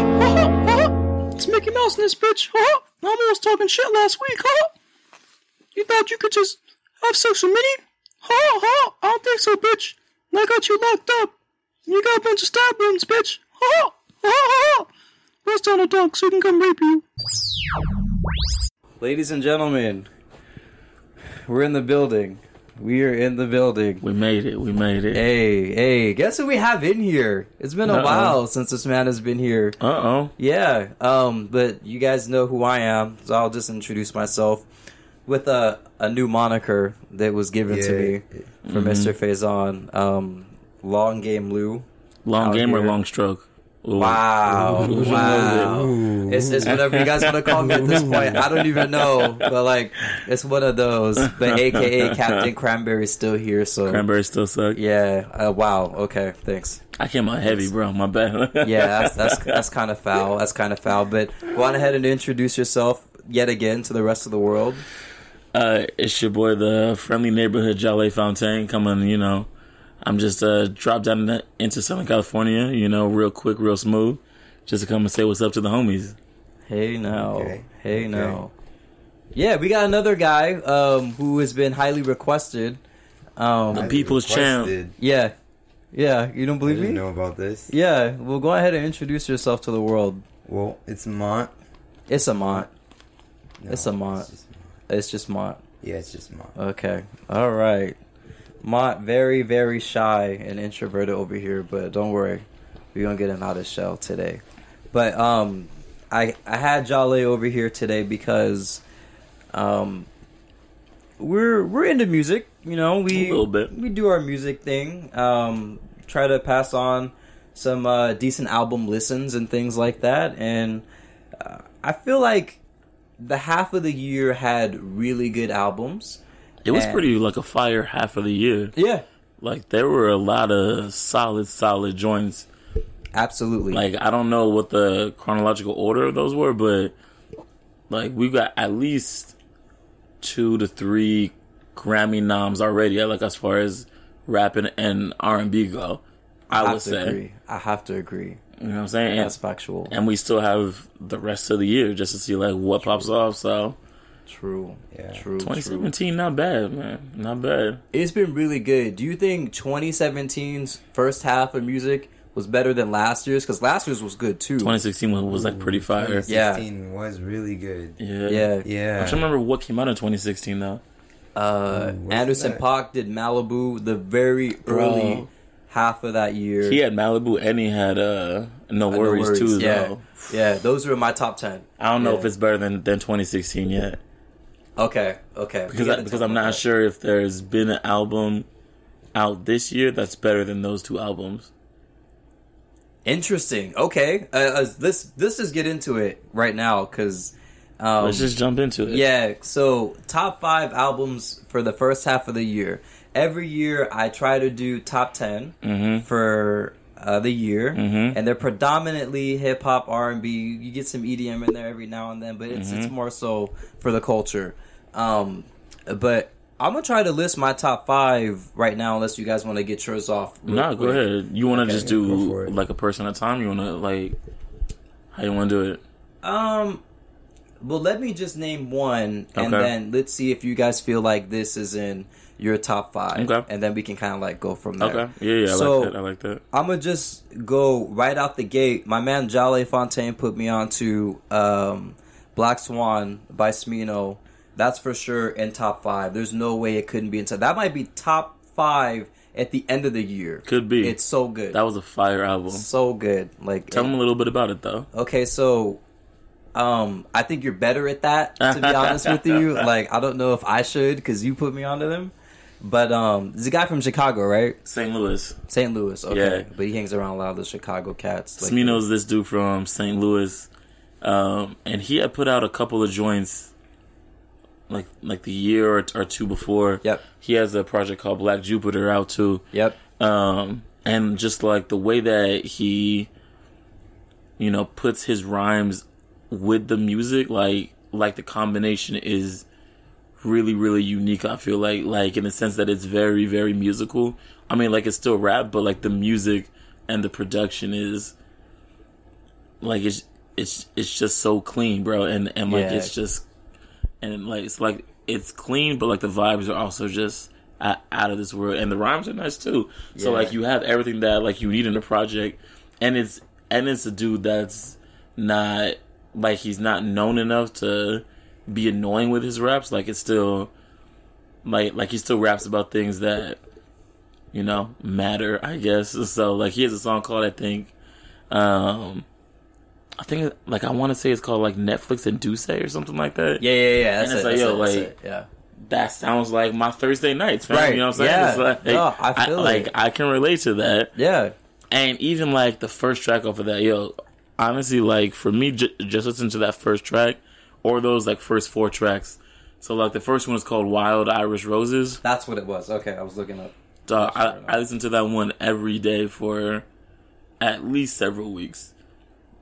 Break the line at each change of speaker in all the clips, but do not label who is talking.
bitch. it's Mickey Mouse in this bitch. I was talking shit last week. You thought you could just have sex with me? I don't think so, bitch. I got you locked up. You got a bunch of stab wounds, bitch. Rest on a dog so you can come rape you.
Ladies and gentlemen, we're in the building. We are in the building.
We made it. We made it.
Hey, hey, guess who we have in here? It's been a
Uh-oh.
while since this man has been here.
Uh oh.
Yeah, um, but you guys know who I am, so I'll just introduce myself with a, a new moniker that was given to
Yeah.
me from Mr. Faison. Um, Long Game Lou.
Long
Out
game or
here.
long stroke? Ooh.
Wow. Wow. It's, it's whatever you guys want to call me at this point. I don't even know. But, like, it's one of those. But, AKA Captain Cranberry's still here, so.
Cranberry still suck.
Yeah. Uh, wow. Okay. Thanks.
I came out heavy, bro. My bad.
Yeah, that's that's, that's kind of foul. That's kind of foul. But go on ahead and introduce yourself yet again to the rest of the world.
Uh, it's your boy, the friendly neighborhood Jolly Fontaine, coming. You know, I'm just uh dropped down in the- into Southern California. You know, real quick, real smooth, just to come and say what's up to the homies.
Hey now.
Okay.
Hey now. Yeah, we got another guy um, who has been highly requested. Um,
People's champ.
Requested.
yeah, yeah. You don't
I
believe
didn't
me?
know about this.
Yeah. Well, go ahead and introduce yourself to the world.
Well, it's Mont.
It's Amont. It's a Uh, Mont.
just-
It's just Mont.
yeah, it's just Mont.
Okay. All right. Mont, very, very shy and introverted over here, but don't worry. We're going to get him out of his shell today. But um, I, I had Jale over here today because um, we're we're into music. You know, we
A little bit.
we do our music thing. Um, try to pass on some uh, decent album listens and things like that. And uh, I feel like the half of the year had really good albums.
It was
And-
pretty like a fire half of the year.
Yeah,
Like there were a lot of solid, solid joints.
absolutely.
Like I don't know what the chronological order of those were, but like we got at least two to three Grammy noms already. Like as far as rapping and R and B go,
I
I would
have to
say.
agree. I have to agree.
You know what I'm saying?
That's
And,
factual.
and we still have the rest of the year just to see like what pops off. So
True.
Yeah.
True. True.
2017, not bad, man, not bad.
It's been really good. Do you think 2017's first half of music was better than last year's? Because last year's was good too.
2016 was, was like pretty fire. Yeah.
2016 was really good.
yeah.
Yeah.
I'm trying to remember what came out in 2016 though.
Uh,
Ooh, what's
Anderson
that?
Park did Malibu the very
Bro.
early half of that year.
He had Malibu and he had uh No
No
Worries,
worries.
too
yeah.
though.
Yeah, those were my top ten.
I don't know
Yeah.
if it's better than, than 2016 yet
Okay, okay. We
because I,
gotta
because
talk
I'm
about
not
that.
sure if there's been an album out this year that's better than those two albums.
Interesting. Okay, uh, uh, this this is get into it right now because um,
Let's just jump into it.
Yeah, so top five albums for the first half of the year. Every year I try to do top 10
Mm-hmm.
for uh, the year, and they're predominantly hip hop, R and B. You get some EDM in there every now and then, but it's
Mm-hmm.
it's more so for the culture. Um, but I'm gonna try to list my top five right now, unless you guys want to get yours off. real
No, go
quick.
ahead. You want to just
go for
do
it.
like a person at a time? You want to like how you want to do it?
Um, well, let me just name one, and
Okay.
then let's see if you guys feel like this is in your top five,
Okay.
and then we can kind of like go from there.
Okay. Yeah, yeah. I
So-
like that. I like that.
I'm gonna just go right out the gate. My man Jolly Fontaine put me on to um, Black Swan by Smino. That's for sure in top five. There's no way it couldn't be in top. That might be top five at the end of the year.
Could be.
It's so good.
that was a fire album.
so good. Like
Tell them a little bit about it though.
okay, so um I think you're better at that to be honest with you. Like I don't know if I should cuz you put me onto them. But um there's a guy from Chicago, right?
St. Louis.
St. Louis, okay.
Yeah.
But he hangs around a lot of the Chicago cats. Like,
Smino's this dude from St. Louis, um, and he had put out a couple of joints, like like the year or, or two before.
Yep.
He has a project called Black Jupiter out too,
Yep.
um, and just like the way that he, you know, puts his rhymes with the music, like like the combination is really really unique. I feel like like in the sense that it's very very musical. I mean, like it's still rap, but like the music and the production is like it's it's it's just so clean, bro, and and like
Yeah.
it's just and like it's like it's clean, but like the vibes are also just o- out of this world, and the rhymes are nice too. So
Yeah.
like you have everything that like you need in a project, and it's and it's a dude that's not like he's not known enough to be annoying with his raps. Like it's still like like he still raps about things that you know matter, I guess. So like he has a song called I think. um I think like I want to say it's called like Netflix and Duce or something like that.
Yeah, yeah, yeah. That's
And it's
it.
like,
that's
yo,
it, that's
like-
it, yeah.
that sounds like my Thursday nights, fam.
Right,
You know what I'm saying?
yeah.
It's like,
No, I feel
like
it.
I can relate to that.
Yeah.
And even like the first track off of that, yo, honestly, like for me, j- just listen to that first track or those like first four tracks. So like the first one is called Wild Irish Roses.
That's what it was. Okay, I was looking up.
Dog,
Fair enough.
I, I listened to that one every day for at least several weeks.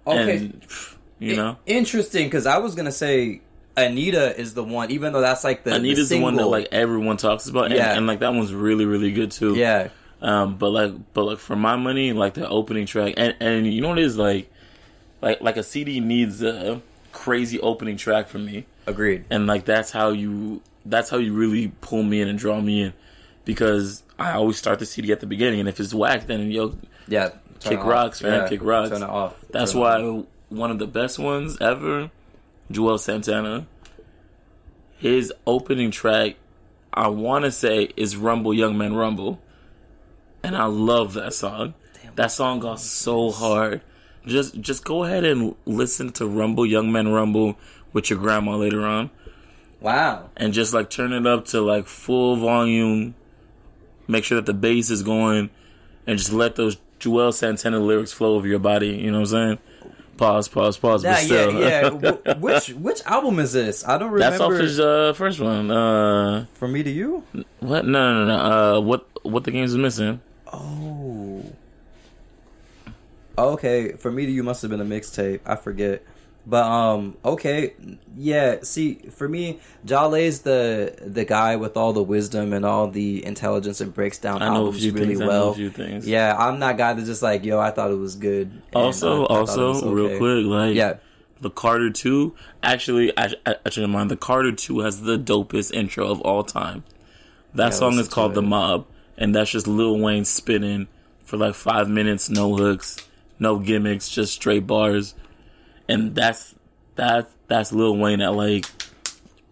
Okay.
And pff, you know,
Interesting, because I was gonna say Anita is the one, even though that's like the the
Anita's the one that
single.
like everyone talks about, and,
Yeah.
and like that one's really really good too.
yeah,
Um, but like, but like for my money, like the opening track, and and you know what it is like, like like a CD needs a crazy opening track for me,
agreed.
and like that's how you that's how you really pull me in and draw me in, because I always start the CD at the beginning, and if it's whack, then yo,
Yeah, turn
Kick
it off.
rocks, man,
Yeah,
kick rocks.
Turn it off.
that's
Turn it
why
off.
one of the best ones ever, Joel Santana. His opening track, I want to say, is "Rumble, Young Man, Rumble," and I love that song. that song got so hard. Just, just go ahead and listen to "Rumble, Young Man, Rumble" with your grandma later on,
Wow.
and just like turn it up to like full volume. Make sure that the bass is going, and just let those Joel Santana lyrics flow over your body. You know what I'm saying? Pause, pause, pause.
Yeah,
but still.
yeah, yeah. Wh- which which album is this? I don't remember.
That's off his uh, first one. Uh,
From me to you.
what? No, no, no. no. Uh, what? What the games is missing?
Oh. Okay, for me to you must have been a mixtape. I forget. But um okay, yeah, see for me Jale's the the guy with all the wisdom and all the intelligence and breaks down
I know a
albums
few
really
things. I know
well.
a few things.
Yeah, I'm that guy that's just like, yo, I thought it was good. and I-
Also,
I thought it
also,
was okay.
real quick, like
Yeah.
the Carter Two. Actually, I, I, I shouldn't mind. The Carter Two has the dopest intro of all time. That song
listen
is called
to
"The
it.
Mob," and that's just Lil Wayne spinning for like five minutes, no hooks, no gimmicks, just straight bars, and that's that that's Lil Wayne at like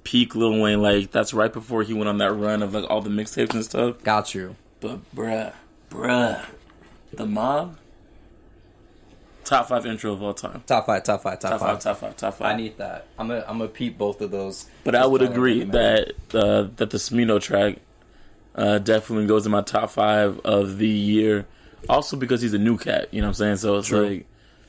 peak Lil Wayne. Like that's right before he went on that run of like all the mixtapes and stuff.
Got you.
But bruh, bruh, "The Mob," top five intro of all time.
Top five, top five, top,
Top
five.
five, top five, top five.
I need that. I'm gonna I'm gonna peep both of those.
But I would
Just
agree
kinda
that uh, that the Smino track uh, definitely goes in my top five of the year. Also because he's a new cat, you know what I'm saying? So it's
True.
like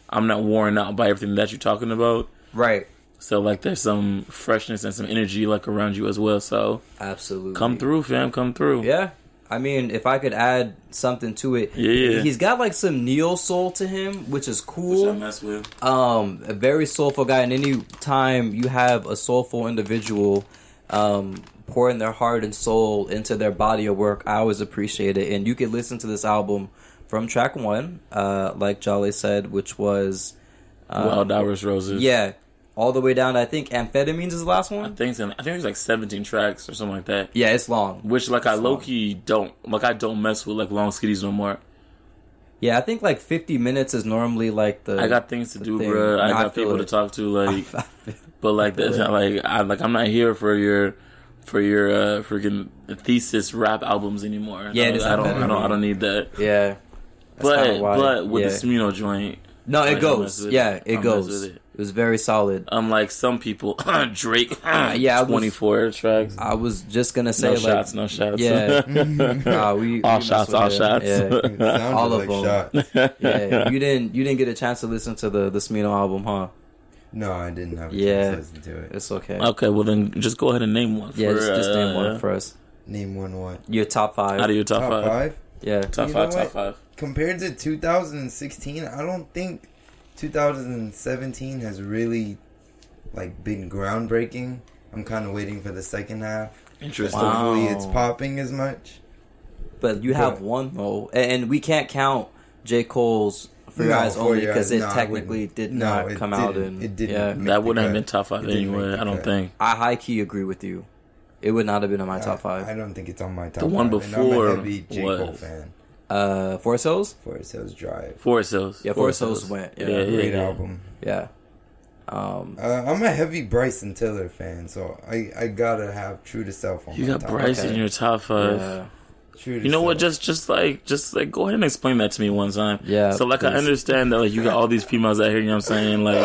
I'm not worn out by everything that you're talking about.
Right.
So like there's some freshness and some energy like around you as well. So
Absolutely.
come through, fam, come through.
Yeah. I mean, if I could add something to it,
Yeah.
he's got like some neo soul to him, which is
Which I
cool.
mess with.
Um, a very soulful guy, and any time you have a soulful individual, um, pouring their heart and soul into their body of work, I always appreciate it. And you can listen to this album from track one, uh, like Jolly said, which was um,
Wild Irish Roses.
yeah, all the way down. to, I think amphetamines is the last
I
one.
think it's- I think there's like 17 tracks or something like that.
Yeah, it's long.
Which like I low key don't like I don't mess with like long skitties no more.
Yeah, I think like 50 minutes is normally like the.
I got things to do,
thing.
bruh. I
No, I
got
feel
people to
it.
talk to, like. But like that's not like I like I'm not here for your for your uh freaking thesis rap albums anymore.
Yeah,
Like,
it's not
I don't
that
I don't I don't need that.
yeah.
but
kinda why-
but with the
yeah.
Smino joint,
No,
I
it
don't mess
goes.
with
Yeah,
it. I
it
don't mess
goes.
with
It.
it.
was very solid.
unlike some people, Drake,
Uh, yeah, I was-
24 tracks,
I was just gonna say
no
like,
shots, no shots.
Yeah. nah, we
all
we
shots,
mess
all
with
shots.
it.
It sounded
All of
like
them.
shots.
Yeah, yeah. You didn't you didn't get a chance to listen to the the Smino album, huh?
No, I didn't have a
Yeah.
chance to listen to it.
It's okay.
Okay, well then just go ahead and name one.
yeah,
Uh, for,
just, just name
uh,
one for us.
Name one what?
Your top five.
out of your top,
Top
five.
five?
yeah.
Top
You
five,
know
top
what?
five.
Compared to 2016, I don't think 2017 has really like been groundbreaking. I'm kind of waiting for the second half.
Interesting.
Wow.
Hopefully, it's popping as much.
But you have
Yeah.
one though, and, and we can't count J Cole's for your eyes
for
only
Your
because
Eyes,
it
no, I
technically
wouldn't.
did
No,
not
it
come out
didn't.
in
It didn't.
Yeah,
Make
That
the
wouldn't have
cut.
been top five
It didn't
anyway.
make the
I don't
cut.
think.
I high key agree with you. It would not have been on my top
I
five.
don't think it's on my top.
The one
five, and
before
I'm a heavy J. Cole
was-
fan.
Uh, Forest Hills.
For it says Drive,
Forest Hills.
Yeah, Forest Hills went. Yeah,
Yeah, yeah.
great album.
yeah. Um,
Uh, I'm a heavy Bryson Tiller fan, so I, I gotta have True to Self on.
You
my
got
top.
Bryce in
Okay.
your top five.
yeah.
True to
You know what?
Self.
Just, just like, just like, go ahead and explain that to me one time.
Yeah,
So like, I
please.
understand that like you got all these females out here. You know what I'm saying? Like,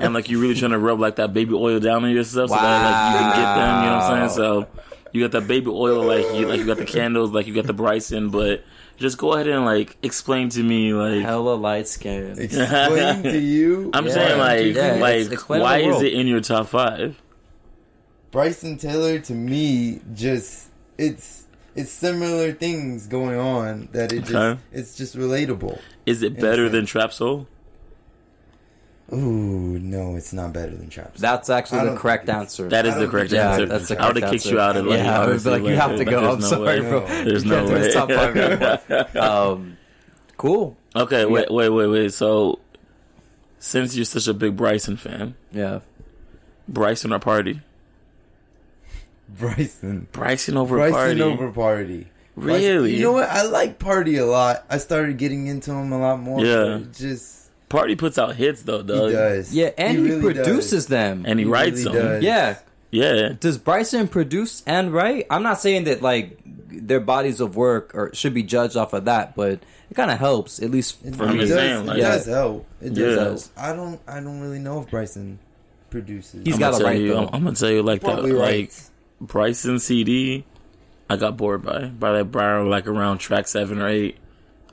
and like you really trying to rub like that baby oil down on yourself so that like you can get them. You know what I'm saying? So you got that baby oil, like you like you got the candles, like you got the Bryson, but just go ahead and like explain to me like.
hella light skin.
explain to you.
I'm
why
saying like,
yeah, it's-
like,
explain to the
why is
world.
it in your top five?
Bryson Taylor to me just it's it's similar things going on that it just
Okay.
it's just relatable.
Is it better than Trap Soul?
Ooh, no, it's not better than Trap. Soul.
That's
I
actually the
don't
correct
think-
answer.
That is
I
the
don't
correct
think-
yeah,
answer.
that's the
I would
correct
have kicked
answer.
you out of like,
Yeah, I would be
honestly,
like, you have to go.
there's
I'm
no
sorry,
way.
bro.
There's
You
no
can't do this top five
way.
anymore. um, cool.
Okay, wait, wait, wait, wait. So, since you're such a big Bryson fan,
Yeah.
Bryson or Party?
Bryson.
Bryson over
Bryson
Party.
over Party. Bryson-
really?
You know what? I like Party a lot. I started getting into him a lot more.
Yeah. Oh,
It Just
Party puts out hits though,
he
Doug.
does.
Yeah, and he,
really does.
produces them.
and he, writes
really
them.
does.
yeah.
Yeah,
Does Bryson produce and write? I'm not saying that like their bodies of work or should be judged off of that, but it kind of helps at least for
I'm
it
me.
just
does,
saying, like-
it does help. It
Yeah.
does help. I don't. I don't really know if Bryson produces.
He's
I'm
got- gotta
gonna tell
write,
you.
though.
I'm, I'm gonna tell you like that.
probably
Like
right.
Bryson CD, I got bored by by that bar like around track seven or eight.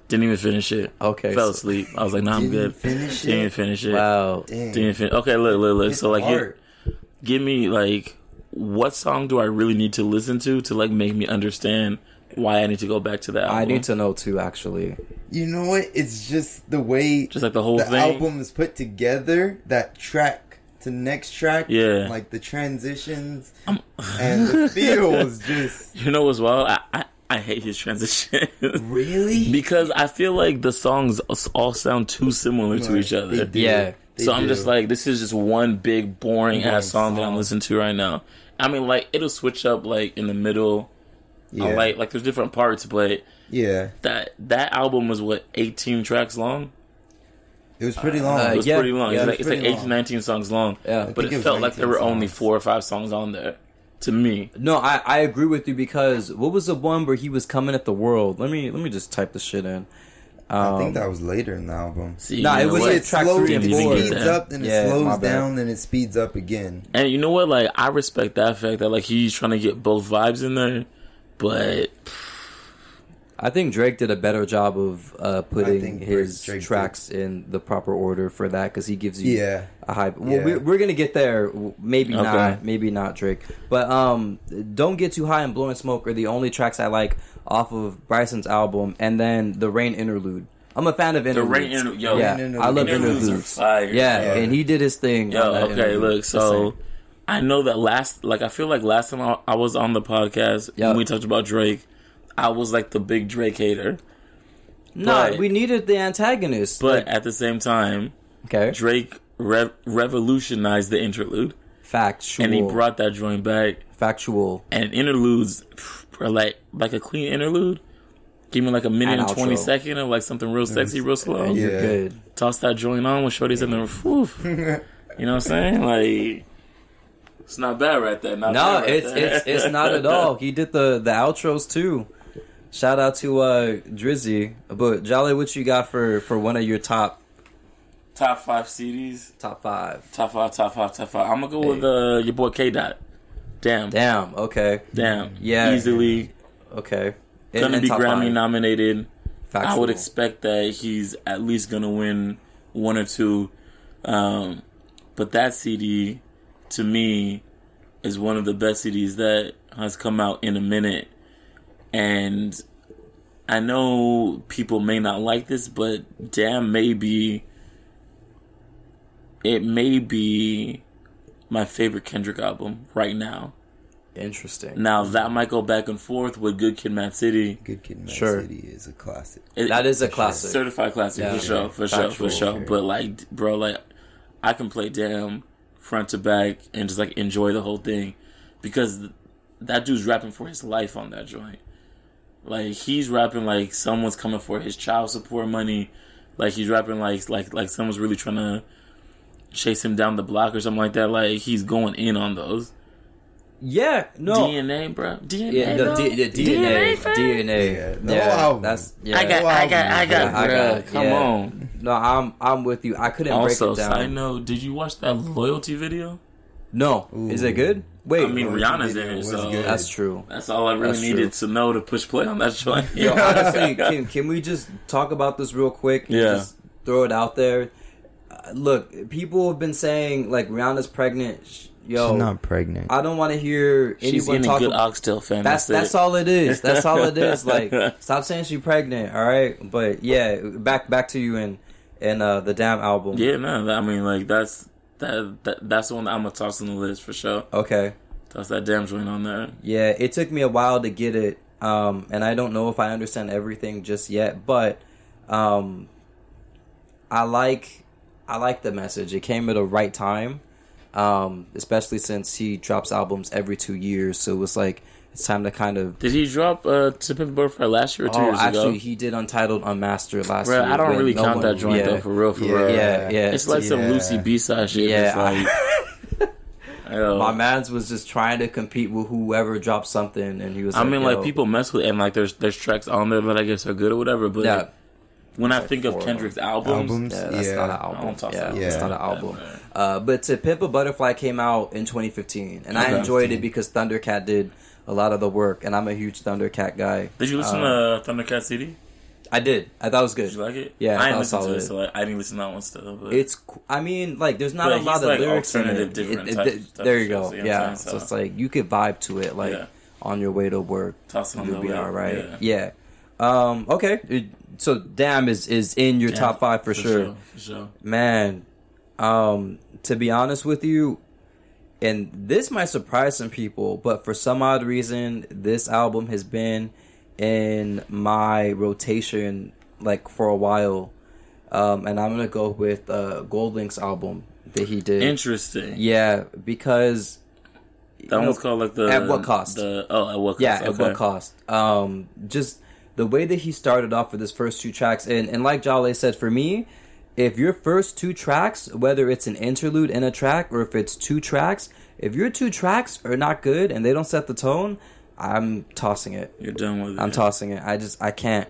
Didn't even finish it.
Okay,
fell
so-
asleep. I was like, nah, I'm
Didn't
good.
finish
Didn't
it?
even finish it.
Wow.
Damn.
Didn't fin- Okay, look, look, look.
It's
so like, here,
hard.
give me like, what song do I really need to listen to to like make me understand why I need to go back to that album?
I need to know too, actually.
You know what? It's just the way
just like the whole
the
thing.
album is put together. That track to next track.
Yeah.
Like the transitions and the feels. Just
You know as well. I I, I hate his transition
really.
because I feel like the songs all sound too similar to each
They
other.
do.
Yeah.
They
so I'm
do.
just like, this is just one big boring ass song, that I'm
song.
listening to right now. I mean, like it'll switch up like in the middle.
yeah,
I like like there's different parts, but
yeah.
that that album was what 18 tracks long.
It was pretty long.
It
Uh,
was
yeah,
pretty long.
yeah,
it's
it
like,
was
it's like
pretty
18,
long.
19 songs long.
Yeah. I
but
think
it
it
felt
was
like there were
19
only
songs.
four or five songs on there. To me,
No, I, I agree with you because what was the one where he was coming at the world? Let me let me just type this shit in.
I think that was later in the album.
see,
Nah,
you
it
know
was
what?
like
it
track
slows,
three
it
and
four.
speeds
Yeah.
up, then it
Yeah, my
slows
bad.
down, then it speeds up again.
and you know what? Like I respect that fact that like he's trying to get both vibes in there, but
I think Drake did a better job of uh, putting
think
his
Drake did.
tracks in the proper order for that because he gives you
Yeah.
a hype. Well,
Yeah.
we're, we're gonna get there. W- Maybe
Okay.
not. Maybe not Drake. But um, don't get too high and blowing smoke are the only tracks I like off of Bryson's album, and then the Rain interlude. I'm a fan of
the
interludes.
rain, inter- yo,
yeah,
Rain interlude.
I love
interludes
interludes.
are fire.
Yeah,
Yeah.
and he did his thing.
Yo,
on that
okay,
interlude.
look,
Just
so
saying.
I know that last, like, I feel like last time I, I was on the podcast
Yeah.
when we talked about Drake, I was like the big Drake hater,
no,
but-
we needed the antagonist.
but
like,
at the same time,
okay,
Drake rev revolutionized the interlude,
factual,
and he brought that joint back.
factual.
And interludes, were like like a clean interlude. Give me like a minute
An
and twenty
outro.
second of like something real sexy, real slow.
You're
Yeah.
good.
Toss that joint on with shorties in the roof. You know what I'm saying? Like. It's not bad right there. Not
No,
bad right
it's
there.
it's it's not at all. He did the the outros too. Shout out to uh Drizzy. But Jolly, what you got for for one of your top
top five CDs.
top five?
Top five, top five, top five. I'm gonna go with
Hey.
uh, your boy K Dot. Damn, damn,
Damn. Okay. Yeah.
Easily
Okay. And-
gonna
and
be
top
Grammy
five.
nominated. I
Factual.
would expect that he's at least gonna win one or two. Um, but that CD, to me, is one of the best CDs that has come out in a minute. And I know people may not like this, but damn, maybe it may be my favorite Kendrick album right now.
Interesting.
Now that might go back and forth with Good Kid, Mad City.
Good Kid, Mad
Sure.
City is a classic.
It-
That is a classic.
certified classic
Yeah.
for sure, for sure,
Factual.
for sure. But like, bro, like, I can play damn front to back and just like enjoy the whole thing because th- that dude's rapping for his life on that joint. Like he's rapping like someone's coming for his child support money. Like he's rapping like like like someone's really trying to chase him down the block or something like that. Like he's going in on those
Yeah. No.
DNA, bro. DNA.
yeah, the,
bro.
D, the DNA, DNA,
Yeah, the
yeah,
whole album.
that's yeah.
I got, I got, I got,
I
bruh,
got-
Come
yeah.
on.
No, I'm I'm with you. I couldn't
Also,
break it
side
down.
note, did you watch that loyalty video?
No, is it good? Wait,
I mean, Rihanna's in it,
was
so
good.
that's true.
that's all I really
That's
needed
true.
to know to push play on that joint.
Yo, honestly, can, can we just talk about this real quick? and
Yeah.
Just throw it out there. Uh, look, people have been saying like Rihanna's pregnant. Sh- Yo,
She's not pregnant.
I don't want to hear
she's
anyone
in a
talk.
good
about,
oxtail fan.
that's that's all it is. That's all it is. Like, stop saying she's pregnant. All right, but yeah, back back to you and and uh, the damn album.
Yeah, no, that- I mean, like that's that, that that's the one that I'm gonna toss on the list for sure.
Okay.
Toss that damn joint on there.
Yeah, it took me a while to get it, um, and I don't know if I understand everything just yet, but um, I like I like the message. It came at the right time, um, especially since he drops albums every two years, so it's like it's time to kind of.
Did he drop uh, "To Pimp a Butterfly" last year or two
Oh,
years
actually,
ago?
he did Untitled Unmastered last
Bro,
year.
I don't
but
really
no
count
one-
that joint
yeah,
though, for real, for
Yeah.
real.
Yeah, yeah.
It's like some
Yeah.
Lucy B side shit.
Yeah,
Yeah, like, yo.
My man's was just trying to compete with whoever dropped something, and he was.
I mean, like
yo,
people mess with it, and like there's there's tracks on there that I guess are good or whatever. But
Yeah,
when I think of
four of
Kendrick's albums,
Albums,
Yeah,
yeah.
that's not an
I
album.
won't toss
yeah,
that.
that's
Yeah.
not an album.
Yeah, man.
Uh, but To Pimp a Butterfly came out in 2015, and I
Okay.
enjoyed it because Thundercat did a lot of the work, and I'm a huge Thundercat guy.
did you listen
Uh,
to Thundercat CD?
I did. I thought it was good.
Did you like it?
Yeah,
I
that
didn't
was
listen to it,
solid.
so like, I didn't listen to that one still. But
It's. qu- I mean, like, there's not a
But
lot
he's,
of
like,
lyrics in
alternative,
it.
different
It- it-
types of stuff,
there you
so
go.
you know what I'm
yeah.
saying?
So,
So-
it's like you could vibe to it, like
Yeah.
on your way to work.
Toss it on
You'll
the
be
way,
all right. Yeah.
yeah.
Um. Okay. It- so damn is is in your
Yeah,
top five for, sure.
For sure.
man um to be honest with you and this might surprise some people but for some odd reason this album has been in my rotation like for a while um and i'm gonna go with uh gold link's album that he did
Interesting.
yeah because
that one's
know,
called like the
at what cost?
The oh, at what cost?
yeah, at
okay.
what cost? Um, just the way that he started off with his first two tracks, and and like Jale said, for me, if your first two tracks, whether it's an interlude in a track or if it's two tracks, if your two tracks are not good and they don't set the tone, I'm tossing it.
You're done with it.
I'm tossing it. I just I can't.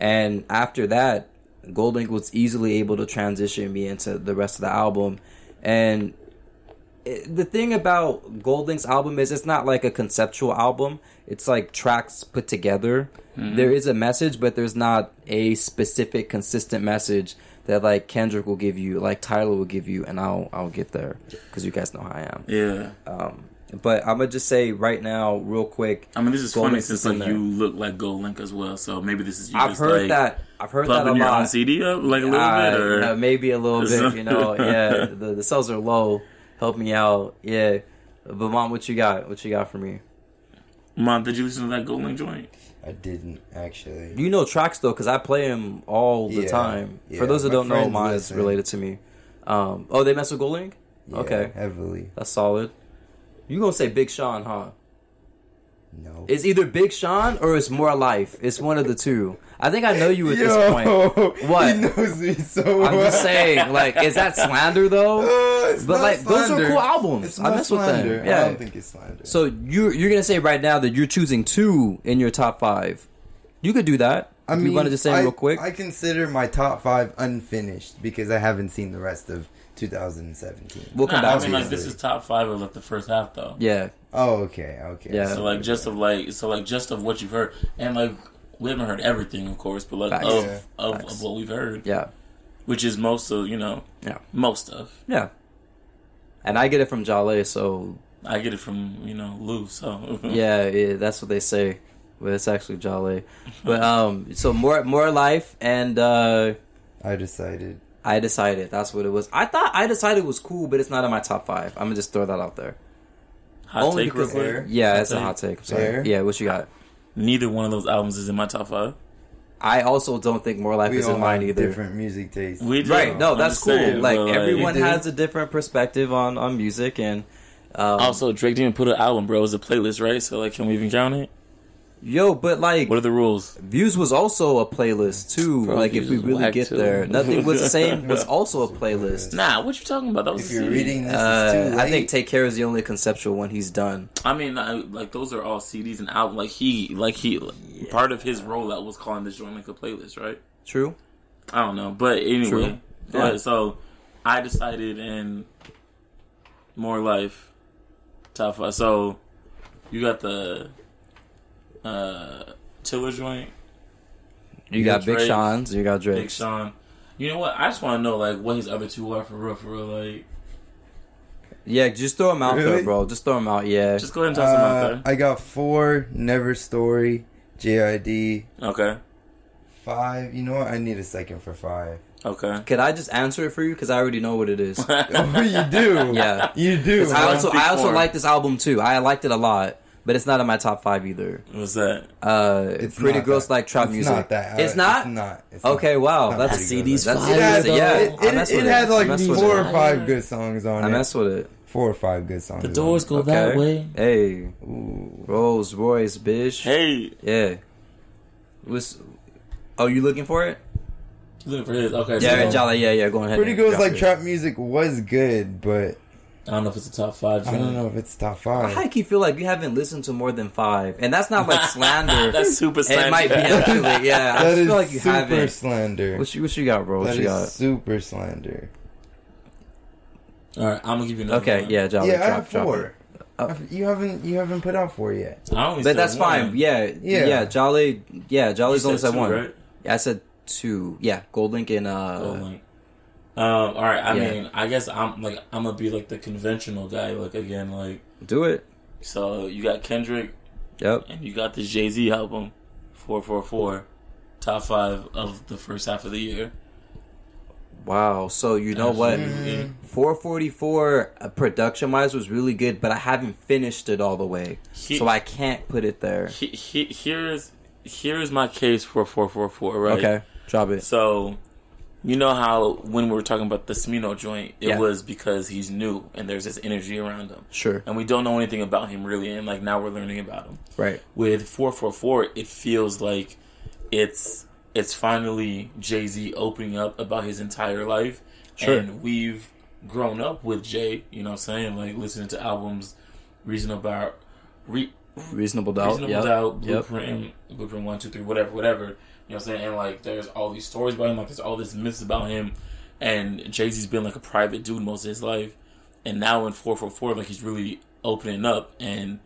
And after that, Gold Link was easily able to transition me into the rest of the album. And it, the thing about Gold Link's album is it's not like a conceptual album. It's like tracks put together.
Mm-hmm.
There is a message, but there's not a specific consistent message that like Kendrick will give you, like Tyler will give you, and I'll I'll get there because you guys know how I am.
Yeah.
Um, but I'm gonna just say right now, real quick.
I mean, this is
Gold
funny
Link's
since
is in
like
there.
you look like Gold Link as well. So maybe this is you
I've
just,
heard
like,
that. I've heard that a
plugging your own
lot.
CD up like a little
Uh,
bit, or
yeah, maybe a little bit, you know. Yeah, the, the cells are low. Help me out. Yeah, but mom, what you got? What you got for me?
Mom, did you listen to that Gold Link joint?
I didn't actually.
You know tracks though, because I play them all the
Yeah,
time.
yeah.
For those that
My
don't know,
friends
mine's
listen.
related to me. Um, oh, they mess with Gold Link?
Yeah,
Okay,
Heavily.
that's solid. You gonna say Big Sean, huh?
No.
It's either Big Sean or it's More Life. It's one of the two. I think I know you at this point.
point.
What?
He knows me so well.
I'm just saying, like, is that slander though?
Uh, it's
But,
not
like, those are
slander.
cool albums.
It's
I
not
mess with them.
slander.
Yeah.
I don't think it's slander.
So you you're gonna say right now that you're choosing two in your top five. You could do that.
I
if
mean,
you wanted to say
I,
real quick.
I consider my top five unfinished because I haven't seen the rest of 2017.
we'll come
Nah, I
back
mean,
to
like
this.
this is top five of like the first half though.
Yeah,
oh, okay, okay.
Yeah.
So like just of like so like just of what you've heard and like we haven't heard everything of course but like
Facts.
of,
Yeah.
of,
Facts.
of what we've heard
yeah,
which is most of you know
yeah,
most of
yeah. And I get it from Jale, so
I get it from you know Lou so
yeah, yeah, that's what they say. But it's actually Jale. But um, so more more life, and uh,
I decided.
I decided that's what it was. I thought I decided was cool, but it's not in my top five. I'm gonna just throw that out there.
Hot
Only
take
because
real quick.
Air.
yeah,
Hot
it's a
take.
hot take. I'm sorry.
Air.
Yeah, what you got?
Neither one of those albums is in my top five.
I also don't think More Life
We
is
all
in mine
have
either.
different music tastes.
We do.
Right? No,
I'm
that's
just
cool.
saying,
like
but,
everyone
You do?
has a different perspective on on music, and um,
Also, Drake didn't put an album, bro. It was a playlist, right? So like, can we even count it?
yo, but like
What are the rules?
Views was also a playlist too.
Bro,
like
Views
if we
was
really
whack,
get
too.
there, nothing was the same was also a playlist.
Nah, what you talking about? That was
If
a
you're
CD.
reading this, it's
Uh,
too late.
I think Take Care is the only conceptual one he's done.
I mean, I, like those are all CDs and albums. Like he, like he, part of his rollout was calling this joint like a playlist, right?
True.
I don't know, but anyway,
True.
but
Yeah.
so I decided in more life top five. So you got the uh Tiller joint,
You got Big
Drake.
Sean's. You got
Big
Drake.
Sean. You know what? I just want to know like what his other two are for real, for real. Like,
Yeah, just throw him out there,
Really?
bro. Just throw him out. Yeah.
just go ahead and toss them out
Uh, I got four. Never Story. JID.
there. Okay,
Five. You know what? I need a second for five.
okay.
Could I just answer it for you? Because I already know what it is.
Oh, you do.
Yeah.
You do.
I
One
also
big
I also
four.
like this album too. I liked it a lot, but it's not in my top five either.
What's that?
Uh,
It's
Pretty
not
Girls
that.
Like Trap
it's
Music.
Not that. Uh,
It's not.
It's not. It's
Okay,
not.
wow,
It's not
that's
pretty good,
CDs.
though.
That's
It had,
interesting. Yeah,
it,
I
it,
mess
it
with
had
I
like
mess with
four or
it.
five good songs on
I
it.
mess with it.
four or five good songs.
The
on
doors
it.
go that way.
Hey,
Ooh.
Rolls Royce, bitch.
Hey,
Yeah. Was oh you looking for it?
looking for his. Okay,
Yeah,
so,
Jolly. Yeah, yeah. Go ahead.
Pretty
and
Girls
drop
Like
it.
Trap Music was good, but
I don't know if it's a top five.
I don't
joint.
know if it's top
I
five.
high-key feel like you haven't listened to more than five, and that's not like slander.
That's super slander.
It might be actually. Yeah, I
That
just
is
feel like you
super
haven't.
slander.
What you, what you got, bro? What
that
you
is
got?
super slander.
All right, I'm gonna give you another.
Okay,
one.
yeah, Jolly.
yeah, I
drop,
have
drop it.
four.
Oh.
I've- You haven't you haven't put out four yet.
I only
But
said
that's fine.
one.
Yeah, yeah,
Yeah.
Jolly. Yeah, Jolly's
You
only
said
said
two,
one.
right?
Yeah, I said two. Yeah, Gold Link and uh.
Oh, like- Um, all right. I
Yeah.
mean, I guess I'm like I'm gonna be like the conventional guy. Like again, like
Do it.
so you got Kendrick
Yep.
and you got this Jay Z album, four four four, top five of the first half of the year.
Wow. So you know what? Mm-hmm.
Absolutely.
444 uh, production wise was really good, but I haven't finished it all the way,
He-
so I can't put it there.
He, he, here's here's my case for four four four. Right.
Okay, drop it.
So, you know how when we were talking about the Smino joint, it
Yeah.
was because he's new and there's this energy around him.
Sure.
And we don't know anything about him really, and like now we're learning about him.
Right.
With four four four, it feels like it's it's finally Jay Z opening up about his entire life,
Sure.
and we've grown up with Jay. You know, what I'm saying like listening to albums, reasonable about. Re-
Reasonable doubt.
Reasonable
yep.
Doubt,
Yep.
Blueprint, Blueprint One, Two, Three, whatever, whatever. You know what I'm saying? And like, there's all these stories about him. Like, there's all this myths about him. And Jay Z's been like a private dude most of his life. And now in Four Four Four, like he's really opening up, and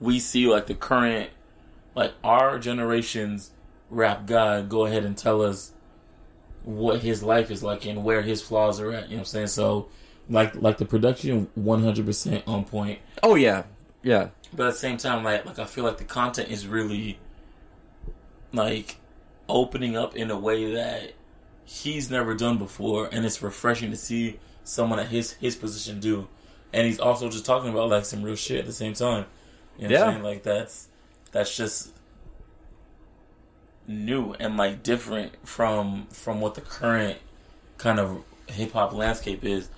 we see like the current, like our generation's rap god go ahead and tell us what his life is like and where his flaws are at. You know what I'm saying? So. Like, like the production, one hundred percent on point
Oh yeah. Yeah.
but at the same time, like like I feel like the content is really like opening up in a way that he's never done before, and it's refreshing to see someone at his his position do. And he's also just talking about like some real shit at the same time. You know what
Yeah.
I'm saying? Like that's that's just new and like different from from what the current kind of hip hop landscape is.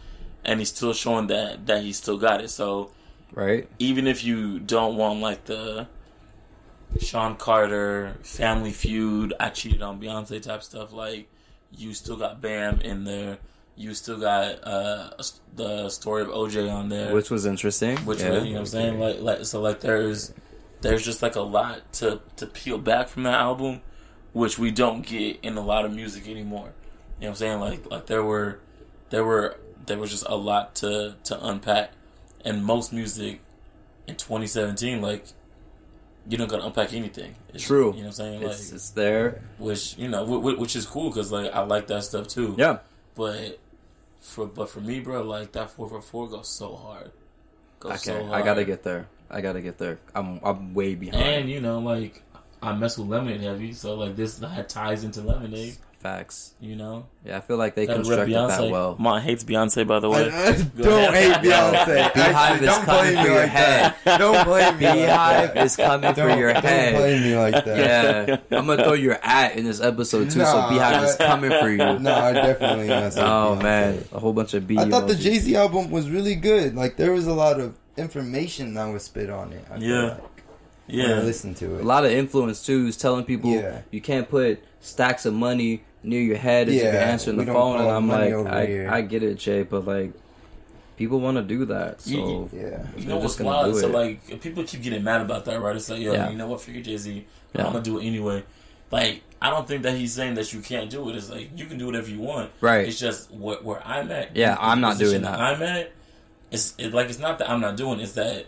And he's still showing that that he still got it. So
Right.
even if you don't want like the Sean Carter Family Feud, I cheated on Beyonce type stuff, like you still got Bam in there, you still got uh the story of OJ on there,
Which was interesting.
which
yeah.
was, you know what I'm saying, like like so like there's there's just like a lot to to peel back from that album, which we don't get in a lot of music anymore. You know what I'm saying? Like like there were there were there was just a lot to to unpack, and most music in 2017 like you don't gotta unpack anything. It's,
True.
You know what I'm saying? Like
It's, it's there.
which you know wh- wh- which is cool because like I like that stuff too.
Yeah.
But for but for me, bro, like that four four four goes so hard. Goes
Okay. I gotta get there. I gotta get there. I'm I'm way behind.
And you know, like I mess with lemonade heavy, so like this that ties into lemonade.
Facts.
You know,
Yeah, I feel like they
Gotta rep
constructed that
Beyonce.
well.
Ma hates Beyonce, by the way.
I- I
Go
don't hate
ahead.
Beyonce. Actually,
is
don't
coming
blame
for
me
your
like that. Don't blame me. like
Beehive
that.
is coming for
Don't-
your
Don't
head.
blame me like that.
Yeah, I'm gonna throw your at in this episode too. so
Nah,
Beehive is
I-
coming for you.
No, I definitely messed
oh
up. Beyonce.
man, a whole bunch of B.
I thought the
emojis.
Jay Z album was really good. Like there was a lot of information that was spit on it. I feel
Yeah.
like, When I
Yeah,
listened to
a
it.
lot of influence too. Is telling people
Yeah.
you can't put stacks of money near your head as you're
Yeah,
answering the
we don't
phone, and
call
I'm
money
like,
over here.
I, I get it, Jay, but like, people want to do that, so
You-
Yeah.
you
They're
know
just
what's
gonna
wild?
do
So
it.
like, people keep getting mad about that, right? It's like, yo,
Yeah.
you know what? Figure Jay Z.
Yeah.
am gonna do it anyway. Like, I don't think that he's saying that you can't do it. It's like you can do whatever you want.
Right.
It's just what where I'm at.
Yeah,
the
I'm not
position
doing that.
I'm at. It's it, like it's not that I'm not doing. it, It's that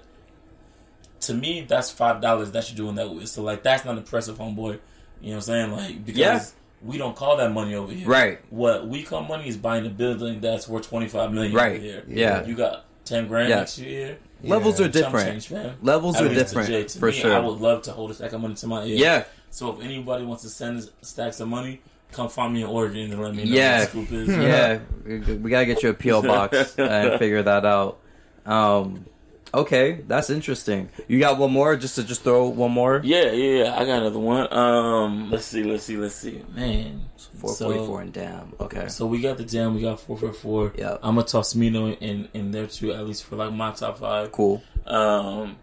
to me that's five dollars that you're doing that with. So like that's not impressive, homeboy. You know what I'm saying? Like because
Yeah.
we don't call that money over here.
Right.
What we call money is buying a building that's worth twenty five million.
Right.
Over here.
Yeah.
You got ten grand
Yeah.
next year.
levels
Yeah.
are
Chump
different.
change, man.
Levels
I
are
mean, to
different
Jay, to
for
me,
sure.
I would love to hold a stack of money to my ear.
yeah,
So if anybody wants to send us a stacks of money, come find me in Oregon and let me know
Yeah. Hmm.
what the scoop is.
yeah. We we gotta get you a PO box and figure that out. Um, okay, that's interesting. You got one more, just to just throw one more.
Yeah, yeah, yeah. I got another one. Um, let's see, let's see, let's see. Man,
Four forty four and damn. Okay.
So, so we got the jam. We got four four four.
Yep.
I'm gonna toss Mino in in there too, at least for like my top five.
Cool.
Um,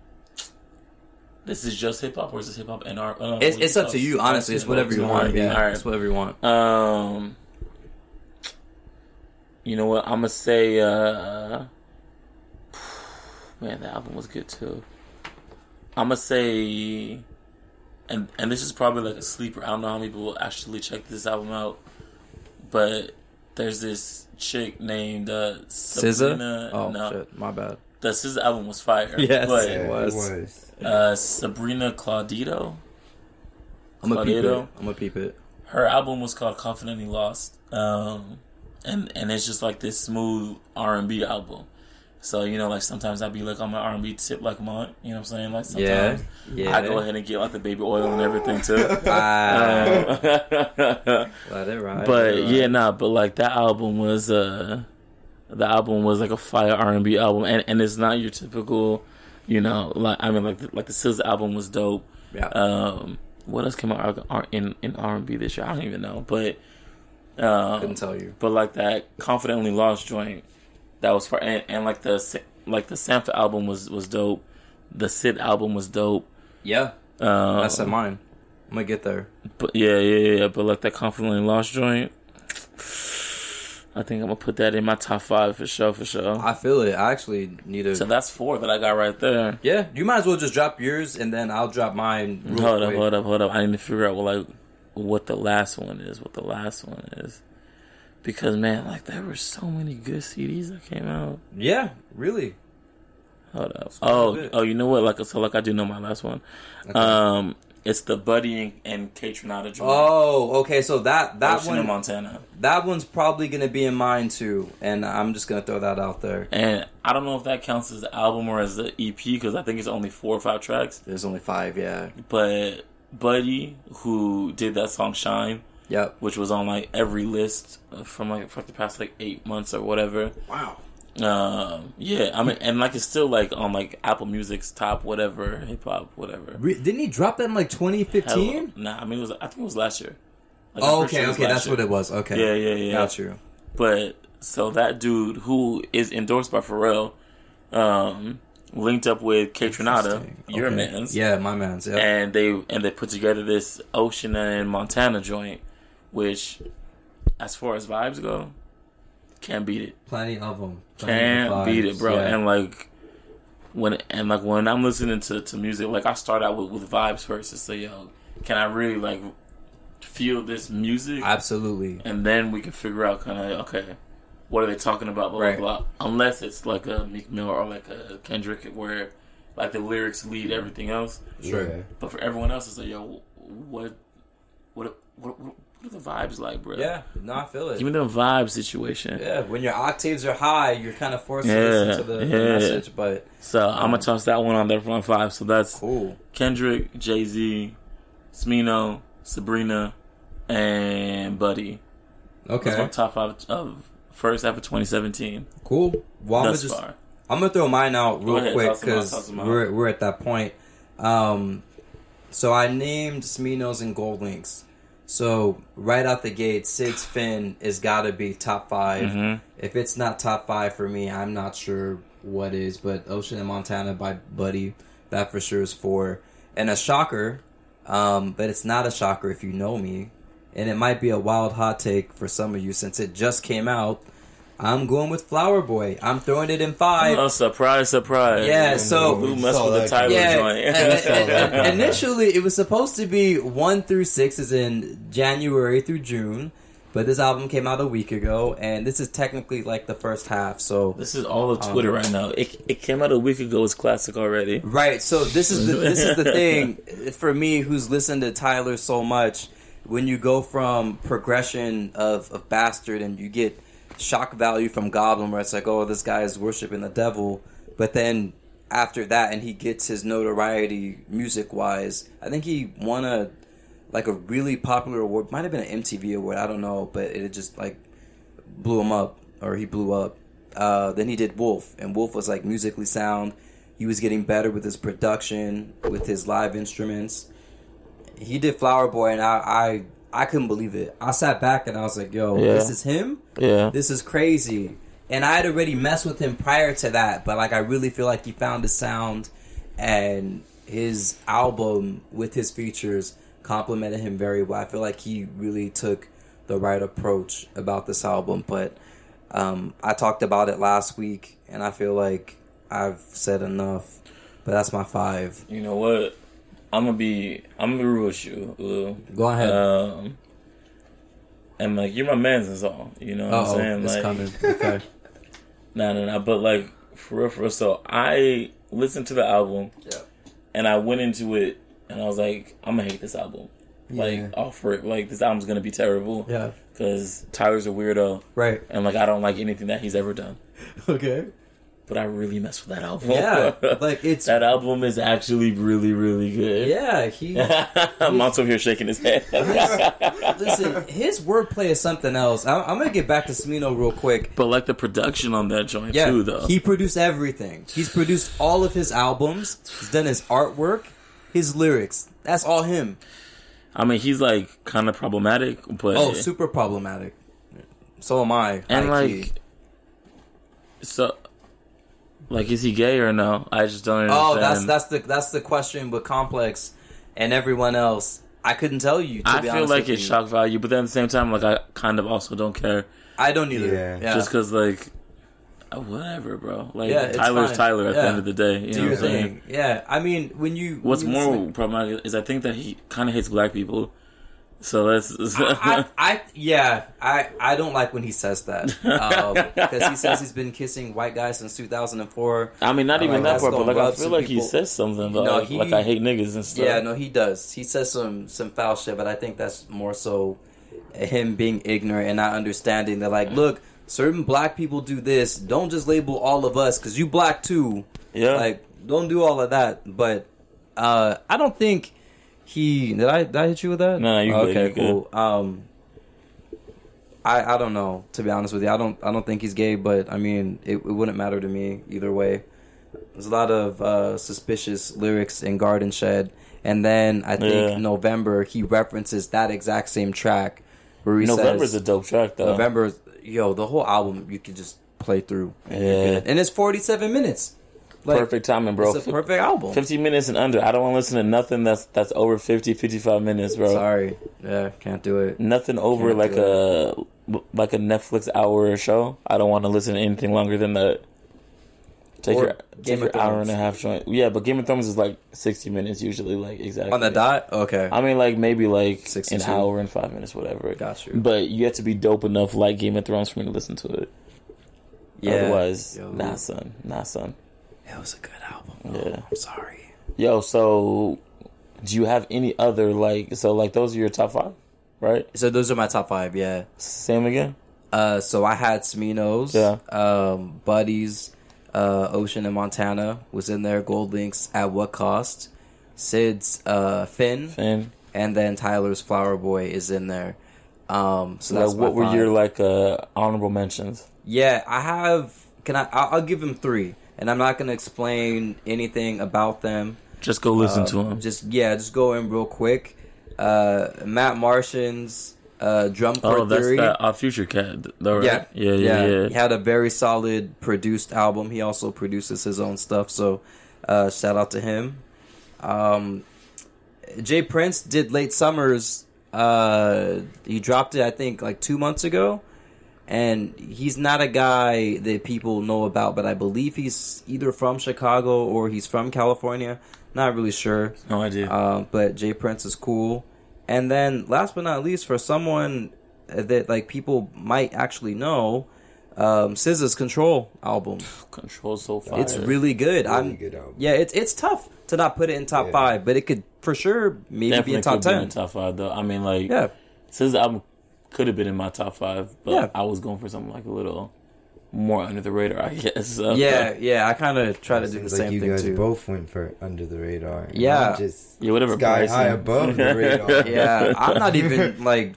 this is just hip hop, or is this hip hop and art? Uh,
It's,
what do
it's up
call
to
it?
you, honestly. It's whatever you want.
R&B.
Yeah,
All right.
it's whatever you want.
Um, you know what? I'm gonna say, uh, man, the album was good too. I'm gonna say, and and this is probably like a sleeper. I don't know how many people will actually check this album out, but there's this chick named uh,
SZA.
Sabrina.
Oh
no,
shit, my bad.
the SZA album was fire.
Yes.
Yeah,
but
it
was.
was.
uh, Sabrina Claudito.
I'm gonna peep it.
Claudito?
I'm gonna peep it.
her album was called confidently lost um and and it's just like this smooth r&b album so you know like sometimes i be like on my r&b tip like mine you know what i'm saying like
Yeah,
sometimes
yeah.
i go ahead and get like the baby oil and everything too
Ah,
Um,
let it ride. let
but
it ride.
yeah nah but like that album was uh the album was like a fire r&b album and and it's not your typical you know like i mean like the, like the SZA album was dope
yeah.
um, what else came out R- in in R and B this year? I don't even know, but
couldn't
um,
tell you.
but like that confidently lost joint that was for and, and like the Sa- like the Sampha album was was dope. The Sid album was dope.
Yeah,
Um,
that's mine. I'm gonna get there.
but yeah, yeah, yeah. But like that confidently lost joint, I think I'm gonna put that in my top five for sure, for sure.
I feel it. I actually need to.
so that's four that I got right there.
yeah, you might as well just drop yours and then I'll drop mine. Real
hold up,
quick.
hold up, hold up. I need to figure out what like what the last one is, what the last one is. Because man, like there were so many good CDs that came out.
Yeah, really.
Hold up.
quite a
Oh,
bit.
oh, you know what? Like so, like I do know my last one. Um, it's the Buddy and, and Kate Renata joint.
Oh, okay. So that that
Ocean in
one
Montana.
that one's probably gonna be in mine too, and I'm just gonna throw that out there.
And I don't know if that counts as the album or as the EP because I think it's only four or five tracks.
There's only five. Yeah.
But Buddy, who did that song Shine,
Yep.
which was on like every list from like for the past like eight months or whatever,
Wow.
Um, yeah, I mean, and like it's still like on like Apple Music's top whatever hip hop whatever.
Re- didn't he drop that in like
Hella-
2015?
Nah, I mean it was. I think it was last year. Like,
Oh,
I'm pretty
okay,
sure was
okay,
last
that's
year.
what it was. Okay.
Yeah, yeah, yeah.
Got you.
But so that dude who is endorsed by Pharrell, um, linked up with K Tronada,
Interesting.
your
Okay.
man's,
Yeah, my man's. Yeah.
and they and they put together this Ocean and Montana joint, which, as far as vibes go, can't beat it.
Plenty of them.
can't beat it, bro. And like when and like when I'm listening to, to music, like I start out with, with vibes first. It's like, yo, can I really like feel this music?
Absolutely.
and then we can figure out kind of okay, what are they talking about? Blah
Right.
blah blah. Unless it's like a Meek Mill or like a Kendrick, where like the lyrics lead everything else.
Sure.
Yeah.
But for everyone else, it's like, yo, what, what, what, what are the vibes like, bro?
Yeah, no, I feel
Give me
it.
the vibe situation.
Yeah, when your octaves are high, you're kind of forced to
Yeah,
listen to the, the
yeah.
message, but
So I'm gonna toss that one on there for my five. So that's
cool.
Kendrick, Jay Z, Smino, Sabrina, and Buddy. That's my
Okay,
top five of first half of 2017
cool. Well, I'm gonna
thus
just
far.
I'm gonna throw mine out real
ahead,
quick
toss 'em out,
because
toss 'em out.
we're we're at that point. Um, so I named Sminos and Gold Links. So right out the gate, Six Finn has got to be top 5
Mm-hmm.
If it's not top five for me, I'm not sure what is. But Ocean and Montana by Buddy, that for sure is four. And a shocker, um, but it's not a shocker if you know me, and it might be a wild hot take for some of you since it just came out. I'm going with Flower Boy. I'm throwing it in five.
Oh, surprise, surprise!
Yeah, so-
Lou
We
messed
saw
with the
that
Tyler
coming.
yeah,
joint.
and- and- and initially it was supposed to be one through six is in January through June, but this album came out a week ago, and this is technically like the first half. So
This is all
Um,
of Twitter right now. It, it came out a week ago. It's classic already.
right, so this is the this is the thing for me who's listened to Tyler so much. When you go from progression of, of bastard and you get shock value from Goblin, where it's like, oh, this guy is worshiping the devil, but then after that, and he gets his notoriety music wise. I think he won a like a really popular award. Might have been an MTV award. I don't know, but it just like blew him up, or he blew up. Uh, then he did Wolf, and Wolf was like musically sound. He was getting better with his production, with his live instruments. He did Flower Boy, and I, I, I couldn't believe it. I sat back and I was like, "Yo,
Yeah.
this is him."
Yeah.
this is crazy. And I had already messed with him prior to that, but like I really feel like he found his sound and his album with his features complimented him very well. I feel like he really took the right approach about this album, but um, I talked about it last week and I feel like I've said enough. But that's my five.
You know what? I'm gonna be. I'm gonna be real with you, Lou.
Go ahead.
Um, and like you're my man's is all. You know what
oh,
I'm saying?
it's
like,
coming. Okay.
Nah, nah, nah. But like for real, for real. So I listened to the album, and I went into it, and I was like, I'm gonna hate this album.
Yeah.
Like off rip, like this album's gonna be terrible.
Yeah.
Because Tyler's a weirdo,
Right.
and like I don't like anything that he's ever done.
Okay.
But I really mess with that album.
Yeah. Like it's
that album is actually really, really good.
yeah, he
I'm also here shaking his head.
Listen, his wordplay is something else. I'm, I'm gonna get back to Smino real quick.
but like the production on that joint
Yeah,
too, though.
he produced everything. He's produced all of his albums. He's done his artwork, his lyrics. That's all him.
I mean, he's like kind of problematic, but
Oh, super problematic. So am I.
and
high-key.
like so, like is he gay or no? I just don't understand.
oh, that's that's the that's the question. But complex and everyone else, I couldn't tell you. To
I
be
feel
honest
like
with
it's
you.
shock value, but then at the same time, like I kind of also don't care,
I don't either. Yeah.
Yeah.
just because like uh, whatever, bro. Like
Yeah, it's
Tyler's
fine.
Tyler at
Yeah.
the end of the day.
do
You know
your
what I'm saying?
thing. Yeah. I mean, when you
What's
when you-
more problematic is I think that he kind of hates black people. So that's
I, I yeah, I I don't like when he says that because he says he's been kissing white guys since 2004.
I mean, not
I'm
even
like,
that
that's
part, but
gonna
like I
rub
feel
some
like he
people-
says something though,
No,
like,
he-
like I hate niggas and stuff.
Yeah, no, he does. He says some some foul shit, but I think that's more so him being ignorant and not understanding that like, look, certain black people do this. Don't just label all of us because you black too.
yeah,
Like, don't do all of that. But uh I don't think he did. I did I hit you with that?
No, you good,
okay,
you
cool. Um, I I don't know to be honest with you. I don't I don't think he's gay, but I mean it, it wouldn't matter to me either way. There's a lot of uh, suspicious lyrics in Garden Shed, and then I think
Yeah.
November he references that exact same track where he
November's
says
a uh, dope track though.
November. Yo, the whole album you could just play through, and you're
Yeah.
good. and it's 47 minutes. Like,
perfect timing, bro.
It's a perfect album.
50 minutes and under. I don't want to listen to nothing that's that's over 50, 55 minutes, bro.
Sorry, yeah, can't do it.
Nothing over
Can't
like a
do
like a Netflix hour show. I don't want to listen to anything longer than that. Take
Or
your,
Game of
take your hour
Thrones.
and a half joint. Yeah, but Game of Thrones is like 60 minutes usually, like exactly.
On the dot, okay.
I mean, like maybe like
62.
an hour and five minutes, whatever.
Got you.
But you have to be dope enough, like Game of Thrones, for me to listen to it.
yeah,
Otherwise,
Yo.
nah, son, nah, son.
It was a good album.
Yeah.
I'm sorry.
Yo, so do you have any other like? So like those are your top five, right?
So those are my top five. Yeah.
Same again.
Uh, so I had Sminos.
Yeah.
Um, buddies, uh, Ocean and Montana was in there. Gold Links at what cost? Sid's uh, Finn,
And
and then Tyler's Flower Boy is in there. Um, so
Like,
that's
what
my
were
five.
your like uh, honorable mentions?
Yeah, I have. Can I? I'll, I'll give him three, and I'm not gonna explain anything about them.
Just go listen
Uh,
to them.
Just yeah, just go in real quick. Uh, Matt Martian's uh, drum corps
oh, that's
theory.
that uh, Future Cat. though, right?
Yeah.
yeah, yeah, yeah.
He had a very solid produced album. He also produces his own stuff, so uh, shout out to him. Um, Jay Prince did Late Summers. Uh, he dropped it, I think, like two months ago. And he's not a guy that people know about, but I believe he's either from Chicago or he's from California. Not really sure.
No idea.
Uh, but Jay Prince is cool. And then, last but not least, for someone that like people might actually know, um, SZA's Control album.
Control so far.
It's really good. I'm
good album.
yeah. It's it's tough to not put it in top
Yeah.
five, but it could for sure maybe
definitely
be in top
could've been
ten.
in top five though. I mean, like
yeah,
since the album could have been in my top five, but
Yeah.
I was going for something like a little more under the radar, I guess. So,
yeah, yeah. I kind of try to do the
Seems
same
like you
thing
guys
too.
both went for under the radar. and
Yeah.
I'm Just
yeah, whatever.
Sky
Bryson.
high above the radar.
Yeah, I'm not even like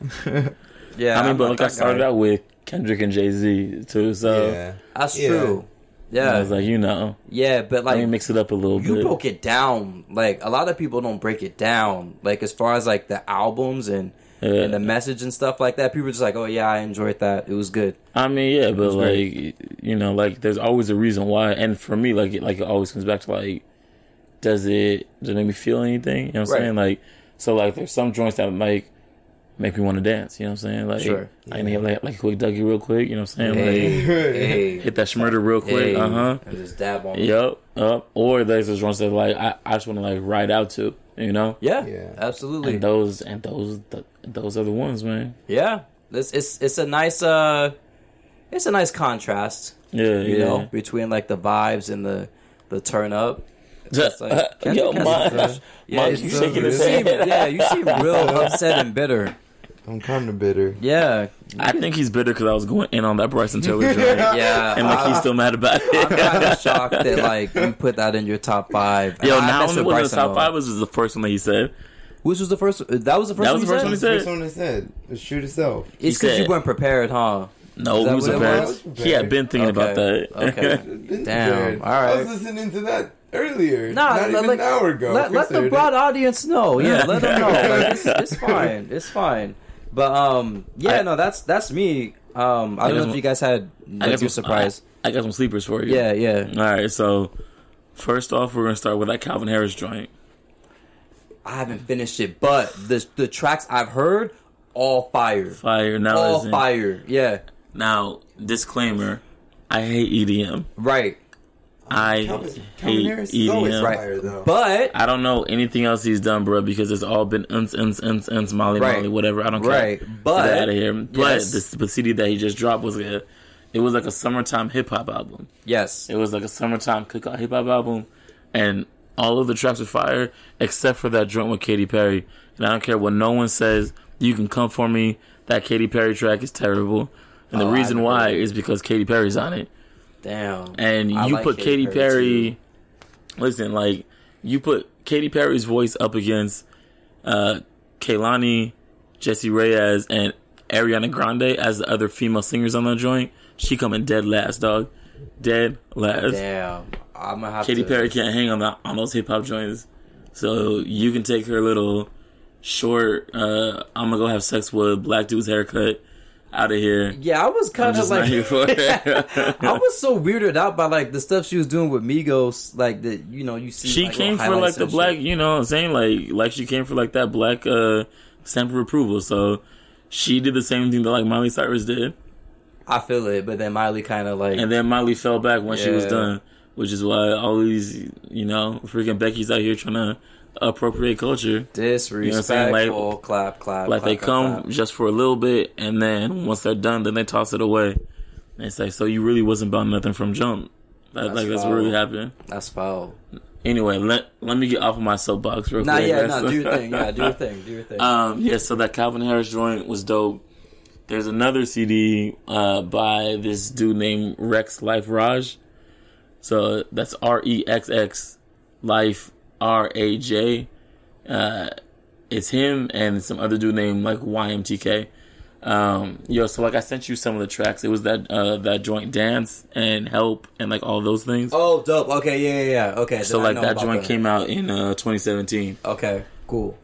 yeah.
I mean,
I'm
but
not
like I
that
started
guy.
out with Kendrick and Jay Z too, so
yeah.
That's
Yeah.
true.
I
Yeah,
was like, you know,
yeah. But
let
like
me mix it up a little
you
bit.
broke it down like a lot of people don't break it down like as far as like the albums and
Yeah.
and the message and stuff like that people are just like oh yeah i enjoyed that it was good
I mean, yeah, but like
great.
you know, like there's always a reason why, and for me, like it, like it always comes back to like, does it does it make me feel anything? You know what I'm
Right.
saying? Like, so like there's some joints that like make me want to dance. You know what I'm saying? Like,
Sure.
I can hit like like a quick Dougie real quick. You know what I'm saying?
hey
Like,
hey
hit that schmurder real quick.
hey.
Uh huh.
And just dab on
Yep. Up. Or there's those ones that like I, I just want to like ride out to. You know.
yeah,
Yeah.
absolutely
And uh, those and those th those are the ones, man.
yeah it's, it's it's a nice uh it's a nice contrast
Yeah.
you
yeah.
know between like the vibes and the the turn up It's like,
Yo,
Kendrick has
my,
a- yeah,
you
you,
shaking his
seem,
head.
yeah, you seem real upset and bitter.
I'm kind of bitter.
Yeah,
I think he's bitter because I was going in on that Bryson Taylor joint,
yeah.
and like he's still mad about
I'm kind of
it.
shocked that like you put that in your top five.
Yo,
And I
now
mess with
on the, one of the
Bryson,
top
though.
five was, was the first one that he said.
Which was the first? uh, That was the first.
That was the
one you
first
said?
one he
That's
said.
what I said. It's shoot itself.
It's because you
said.
weren't prepared, huh?
No,
that
he was
what it
prepared.
was?
He had been thinking about
Okay.
that.
Okay.
Been
Damn,
prepared.
all right.
I was listening to that earlier.
Nah,
not
let-
even
let-
an hour ago.
Let, let the
Considered
broad audience know. Yeah,
Yeah.
let them know. Like, it's, it's fine. It's fine. But um, yeah,
I-
no, that's that's me. Um, I,
I
don't know
guess-
if you guys had
I
like, your
some-
surprise.
I, I got some sleepers for you.
yeah, yeah.
All right. So first off, we're gonna start with that Calvin Harris joint.
I haven't finished it, but the the tracks I've heard all fire,
Fire now.
all
isn't-
Oh, fire. Yeah,
Now disclaimer: I hate EDM.
right.
I
Calvin, Calvin
hate E
Harris is always
EDM.
fire, though.
But
I don't know anything else he's done, bro, because it's all been uns, uns, uns, uns, Molly,
Right.
Molly, whatever. I don't care.
Right. But-
get out of here. But
Yes.
this the CD that he just dropped was a, it was like a summertime hip hop album.
yes,
It was like a summertime cookout hip hop album, and all of the tracks were fire except for that joint with Katy Perry. And I don't care what no one says. You can come for me. That Katy Perry track is terrible, and the
Oh, I
reason
remember
why
that.
is because Katy Perry's on it
damn.
and
I
you
like
put Katy,
too.
Perry. Listen, like you put Katy Perry's voice up against uh Kaylani, Jesse Reyes, and Ariana Grande as the other female singers on that joint. She coming dead last, dog. Dead last.
Damn, I'm gonna have
Katy
to.
Perry can't hang on that on those hip hop joints. So you can take her little short. uh I'm gonna go have sex with black dude's haircut out of here.
Yeah, I was kind of
Just not
like,
here for it.
I was so weirded out by like the stuff she was doing with Migos, like that. You know, you see.
she
like,
came
little
for like
highlights
the
and shit.
black you know what i'm saying like like she came for like that black uh stamp of approval so she did the same thing that like miley cyrus did
I feel it, but then Miley kind of like.
and then miley fell back when she was
Yeah.
done which is why all these you know freaking becky's out here trying to appropriate culture
Disrespectful,
saying? Like-
clap, clap. clap,
like they
clap,
come
clap.
just for a little bit and then once they're done then they toss it away and it's like so you really wasn't buying nothing from jump that,
That's
like that's
foul.
what really happened
That's foul.
anyway let let me get off of my soapbox real
Nah,
quick
yeah,
That's-
nah. Do your thing. Yeah, do your thing. Do your thing.
Um, yeah, so that Calvin Harris joint was dope. There's another CD uh, by this dude named Rex Life Raj. So that's R E X X Life R A J. Uh, it's him and some other dude named like YMTK. Um, yo, so like I sent you some of the tracks. It was that uh, that joint dance and help and like all those things.
Oh, dope. Okay, yeah, yeah, yeah. Okay.
so
then I
like
know
that
about
joint
them.
came out in uh, 2017.
Okay, cool.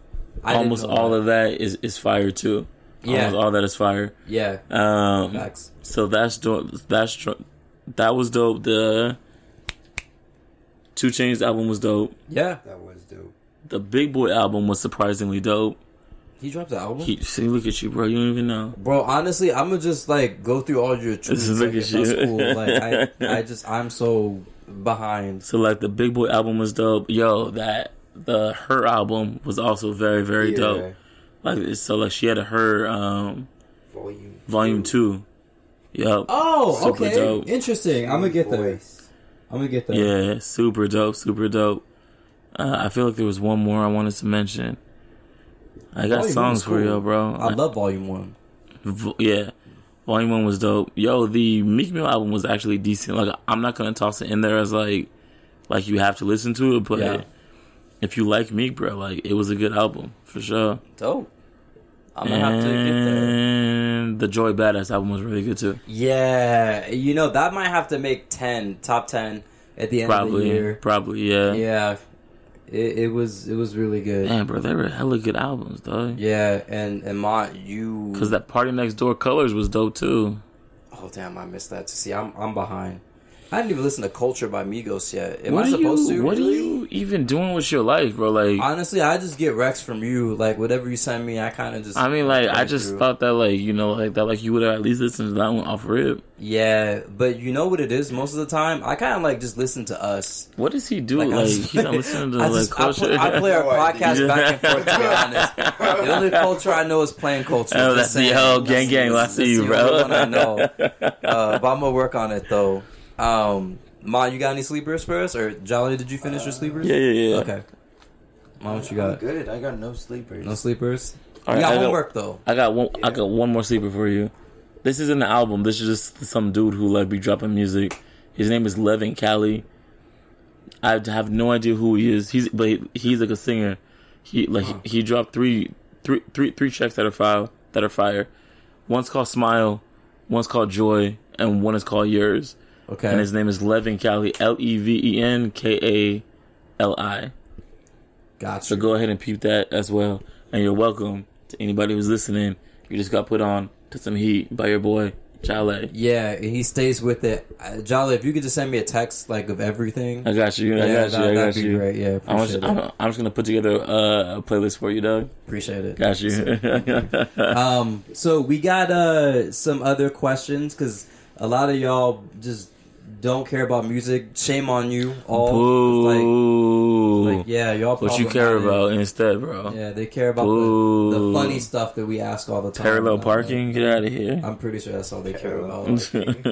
I didn't
Almost
know
all
that.
of that is is fire too.
Yeah.
Almost all that is fire.
yeah.
Um,
Facts.
So that's do- that's tr- that was dope. The Two Chains album was dope.
Yeah,
That was dope.
The Big Boy album was surprisingly dope.
he dropped the album.
He, see, look at you, bro. You don't even know.
Bro, honestly, I'm gonna just like go through all your truths.
is
Like,
like a
it's not
shit.
cool. Like I, I just I'm so behind.
So like the Big Boy album was dope. Yo, that the her album was also very very
Yeah.
dope. Like so like she had a her um
Volume.
volume two. Yep.
Oh,
Super
okay,
dope.
interesting. I'm gonna get there. I'm gonna get there.
Yeah, super dope, super dope. Uh, I feel like there was one more I wanted to mention. I got
Volume
songs
one's
for
cool.
you, bro.
I love Volume One.
V- yeah, Volume One was dope. Yo, the Meek Mill album was actually decent. Like, I'm not gonna toss it in there as like, like you have to listen to it, but
Yeah.
if you like Meek, bro, like it was a good album for sure.
Dope. I'm gonna have to get there.
And the Joy Badass album was really good too.
Yeah, you know that might have to make ten top ten at the end of the
Probably,
year.
probably, yeah.
Yeah, it, it was it was really good.
Man, bro, they were hella good albums, though.
Yeah, and and Mont, you
Cause that Party Next Door Colors was dope too.
Oh damn, I missed that. See, I'm I'm behind. I didn't even listen to Culture by Migos yet. Am
what
I
are
supposed
you,
to?
What
really?
are you even doing with your life, bro? Like, I,
Honestly, I just get Rex from you. Like whatever you send me, I kind of just.
mean, like, I
play
just
through.
thought that, like, you know, like that, like you would have at least listened to that one off rip.
Yeah, but you know what it is. Most of the time, I kind of like just listen to us.
What does he do?
Like,
Like,
I just,
he's not listening to
I
like
just- I
culture.
play, I play our
No idea.
podcast back and forth. To be honest, the only culture I know is playing culture. Just
Oh, that's the
saying.
whole gang
That's-
gang. Well, I
that's-
see you,
that's the only
bro.
one I know. Uh, but I'm gonna work on it though. Um, Ma, you got any sleepers for us? Or Jolly, did you finish your sleepers?
yeah, yeah, yeah.
Okay. Mom, what you got?
Good. I got no sleepers.
No sleepers.
All
you
right,
got
I got-
homework though.
I got one. I got one more sleeper for you. This isn't an album. This is just some dude who like be dropping music. His name is Levin Cali. I have no idea who he is. He's but he, he's like a singer. He like he, he dropped three three three three tracks that are fire that are fire. One's called Smile, one's called Joy, and one is called Yours.
Okay.
And his name is Levin Cali. L E V E N K A L I.
Gotcha.
So go ahead and peep that as well. And you're welcome to anybody who's listening. You just got put on to some heat by your boy Chale.
Yeah, and he stays with it. Uh, Jolly, if you could just send me a text like of everything.
I got you. I
yeah,
got you. I got
that'd be
you.
great. Yeah,
I'm
appreciate it.
just, I'm, I'm just gonna put together a, a playlist for you, Doug.
appreciate it.
Got you.
Um, so we got uh some other questions because a lot of y'all just don't care about music. Shame on you all. It's
Boo.
Like, like, yeah, y'all.
what you
problematic.
care about instead, bro?
Yeah, they care about the, the
Boo.
funny stuff that we ask all the time.
Parallel
Uh,
parking. Get out of here.
I'm pretty sure that's all they care
Parallel
about. and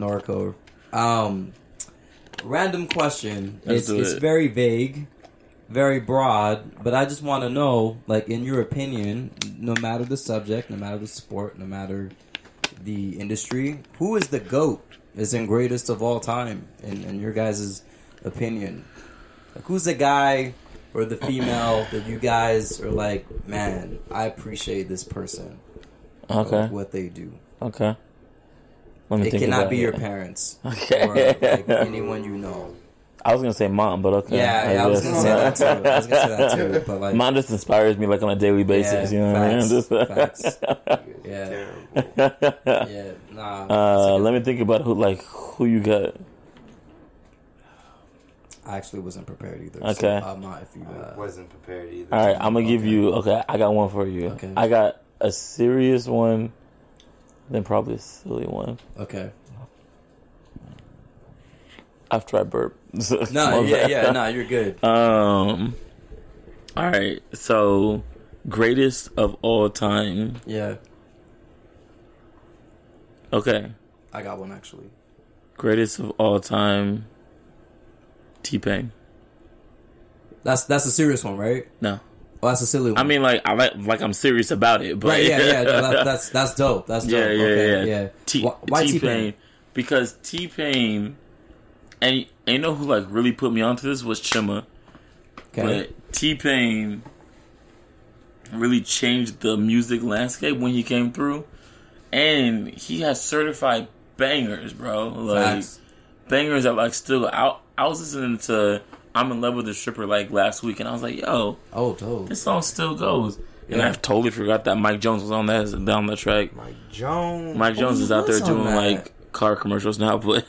Norco. Um, random question.
Let's
It's,
do
it's
it.
very vague, very broad, but I just want to know, like, in your opinion, no matter the subject, no matter the sport, no matter the industry, who is the goat? Is in greatest of all time, in, in your guys' opinion? Like, who's the guy or the female that you guys are like, man, I appreciate this person, for
okay.
Oh, what they do.
Okay. Let me
It
think
cannot
about
be
it.
your parents
Okay.
or like, anyone you know.
I was gonna say mom, but okay.
Yeah, yeah, I was
guess.
gonna say that too. I was gonna say that too, but like,
Mine just inspires me like on a daily basis.
Yeah,
you know
facts,
what I mean?
facts.
Just,
Yeah.
Terrible.
yeah, nah.
uh,
it's
let me think about who like who you got.
like- I actually wasn't prepared either. So
Okay.
I'm not if you. Uh,
Wasn't prepared either.
All right, I'm gonna give you. Okay, I got one for you.
Okay.
I got a serious one, then probably a silly one
okay.
after I burp.
No, yeah, yeah, no, you're good.
Um. All right, so greatest of all time.
Yeah,
Okay,
I got one actually.
greatest of all time. T Pain.
That's that's a serious one, right?
No,
Oh, that's a silly one.
I mean like I like like I'm serious about it, but
right? Yeah, yeah, no, that, that's that's dope. That's dope.
Yeah, yeah,
okay,
yeah.
yeah.
T-
Why- why
T
T-Pain?
Pain? Because T Pain, and and you know who like really put me onto this was Chima,
Okay.
but T Pain really changed the music landscape when he came through. and he has certified bangers, bro. Like
Facts.
bangers that like still out. I was listening to "I'm in Love with a Stripper" like last week, and I was like, "Yo,
Oh, dope.
this song still goes." And
Yeah.
I totally forgot that Mike Jones was on that down that track.
Mike Jones.
Mike Jones
Oh, he
is out there
was on
doing
that.
like car commercials now, but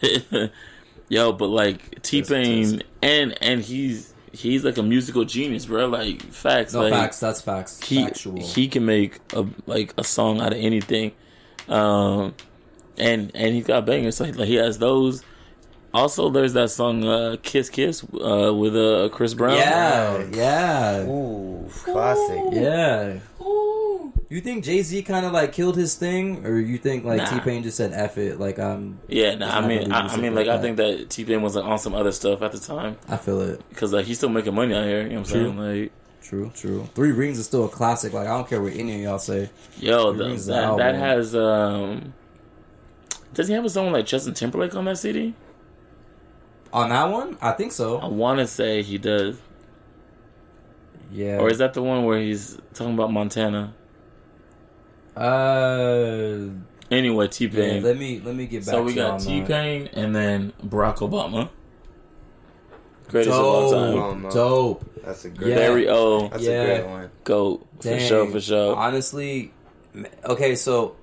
yo, but like T Pain and and he's he's like a musical genius, bro. Like facts,
No
like
facts. That's facts.
he
Factual.
he can make a like a song out of anything, um, and and he's got bangers. So like he has those. Also, there's that song uh, "Kiss Kiss" uh, with uh, Chris Brown. oh,
yeah, yeah,
Ooh, classic.
yeah. You think Jay Z kind of like killed his thing, or you think like
Nah.
T Pain just said "F it"? Like um, I'm,
yeah. Nah,
It's
I
not
mean,
really
I, I
music
mean,
like
like I
that.
think that T Pain was like on some other stuff at the time
I feel it.
because like he's still making money out here. You know what I'm
True.
saying? Like,
True, true. Three Rings is still a classic. Like I don't care what any of y'all say.
yo,
He
the,
released
that,
the
that
album.
has um. Does he have someone like Justin Timberlake on that CD?
On that one, I think
I
so.
want to say he does.
Yeah.
Or is that the one where he's talking about Montana?
uh?
Anyway, T
yeah,
Pain.
let me let me get back.
so we
to you
got
on
T
that.
Pain and then Barack Obama. Greatest of all time.
Dope,
Obama.
dope.
That's a
Yeah.
great.
Very old.
That's
Yeah.
a great one.
Go. For
Dang.
sure, for sure.
Honestly, m- okay, so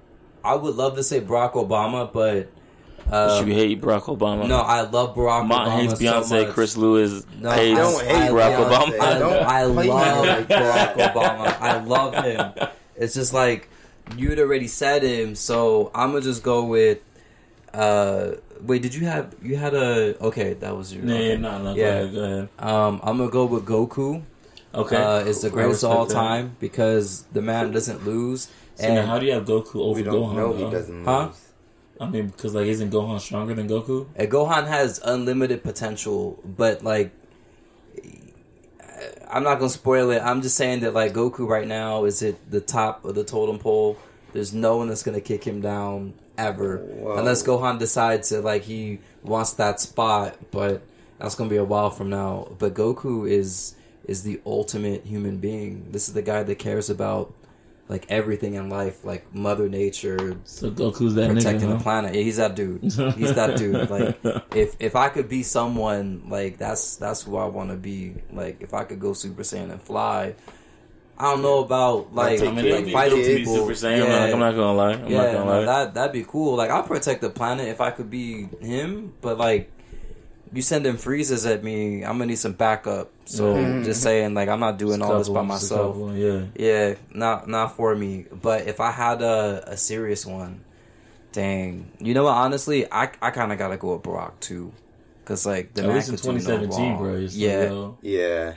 I would love to say Barack Obama, but uh,
you hate Barack Obama.
no, I love Barack
Mont
Obama.
hates Beyonce,
so much.
Chris Lewis,
No, I
hates
don't hate
Barack
Beyonce.
Obama.
I,
Don't
I
play
love Barack
like that.
Obama. I love him. It's just like you'd already said him, so I'm gonna just go with. Uh, wait, did you have you had a okay? That was your
Nah,
okay.
nah, nah,
Yeah.
go ahead, go ahead.
Um, I'm gonna go with Goku.
Okay.
Uh, it's the
I
greatest of
respect
all
that.
time because the man doesn't lose.
So now, how do you have Goku over
We don't
Gohan?
know he
though?
doesn't
Huh?
lose.
I mean, because like, isn't Gohan stronger than Goku?
And Gohan has unlimited potential, but like, I- I'm not gonna spoil it. I'm just saying that like Goku right now is at the top of the totem pole. There's no one that's gonna kick him down ever,
Whoa.
unless Gohan decides that like he wants that spot. But that's gonna be a while from now. But Goku is is the ultimate human being. This is the guy that cares about like everything in life, like Mother Nature,
So Goku's that
protecting
nigga.
the
huh?
planet. Yeah, he's that dude. He's that dude. Like if if I could be someone, like that's that's who I want to be. Like if I could go Super Saiyan and fly, I don't know about like
I
I mean,
Like,
it'd
like
be
fighting
dope to be
people.
Super Saiyan.
yeah,
Like, I'm not gonna lie. I'm
yeah,
not gonna
no,
lie.
that that'd be cool. Like I'll protect the planet if I could be him, but like. You sending freezes at me, I'm gonna need some backup. So
Mm-hmm.
just saying, like I'm not doing all this by
Couple, just a
myself.
couple, Yeah.
Yeah, not not for me. But if I had a, a serious one, dang. You know what? Honestly, I I kind of gotta go with Barack too, cause like the
At
man
least in
could do no
2017,
wrong.
bro. It's yeah.
Yeah,
Like, yo,
Yeah.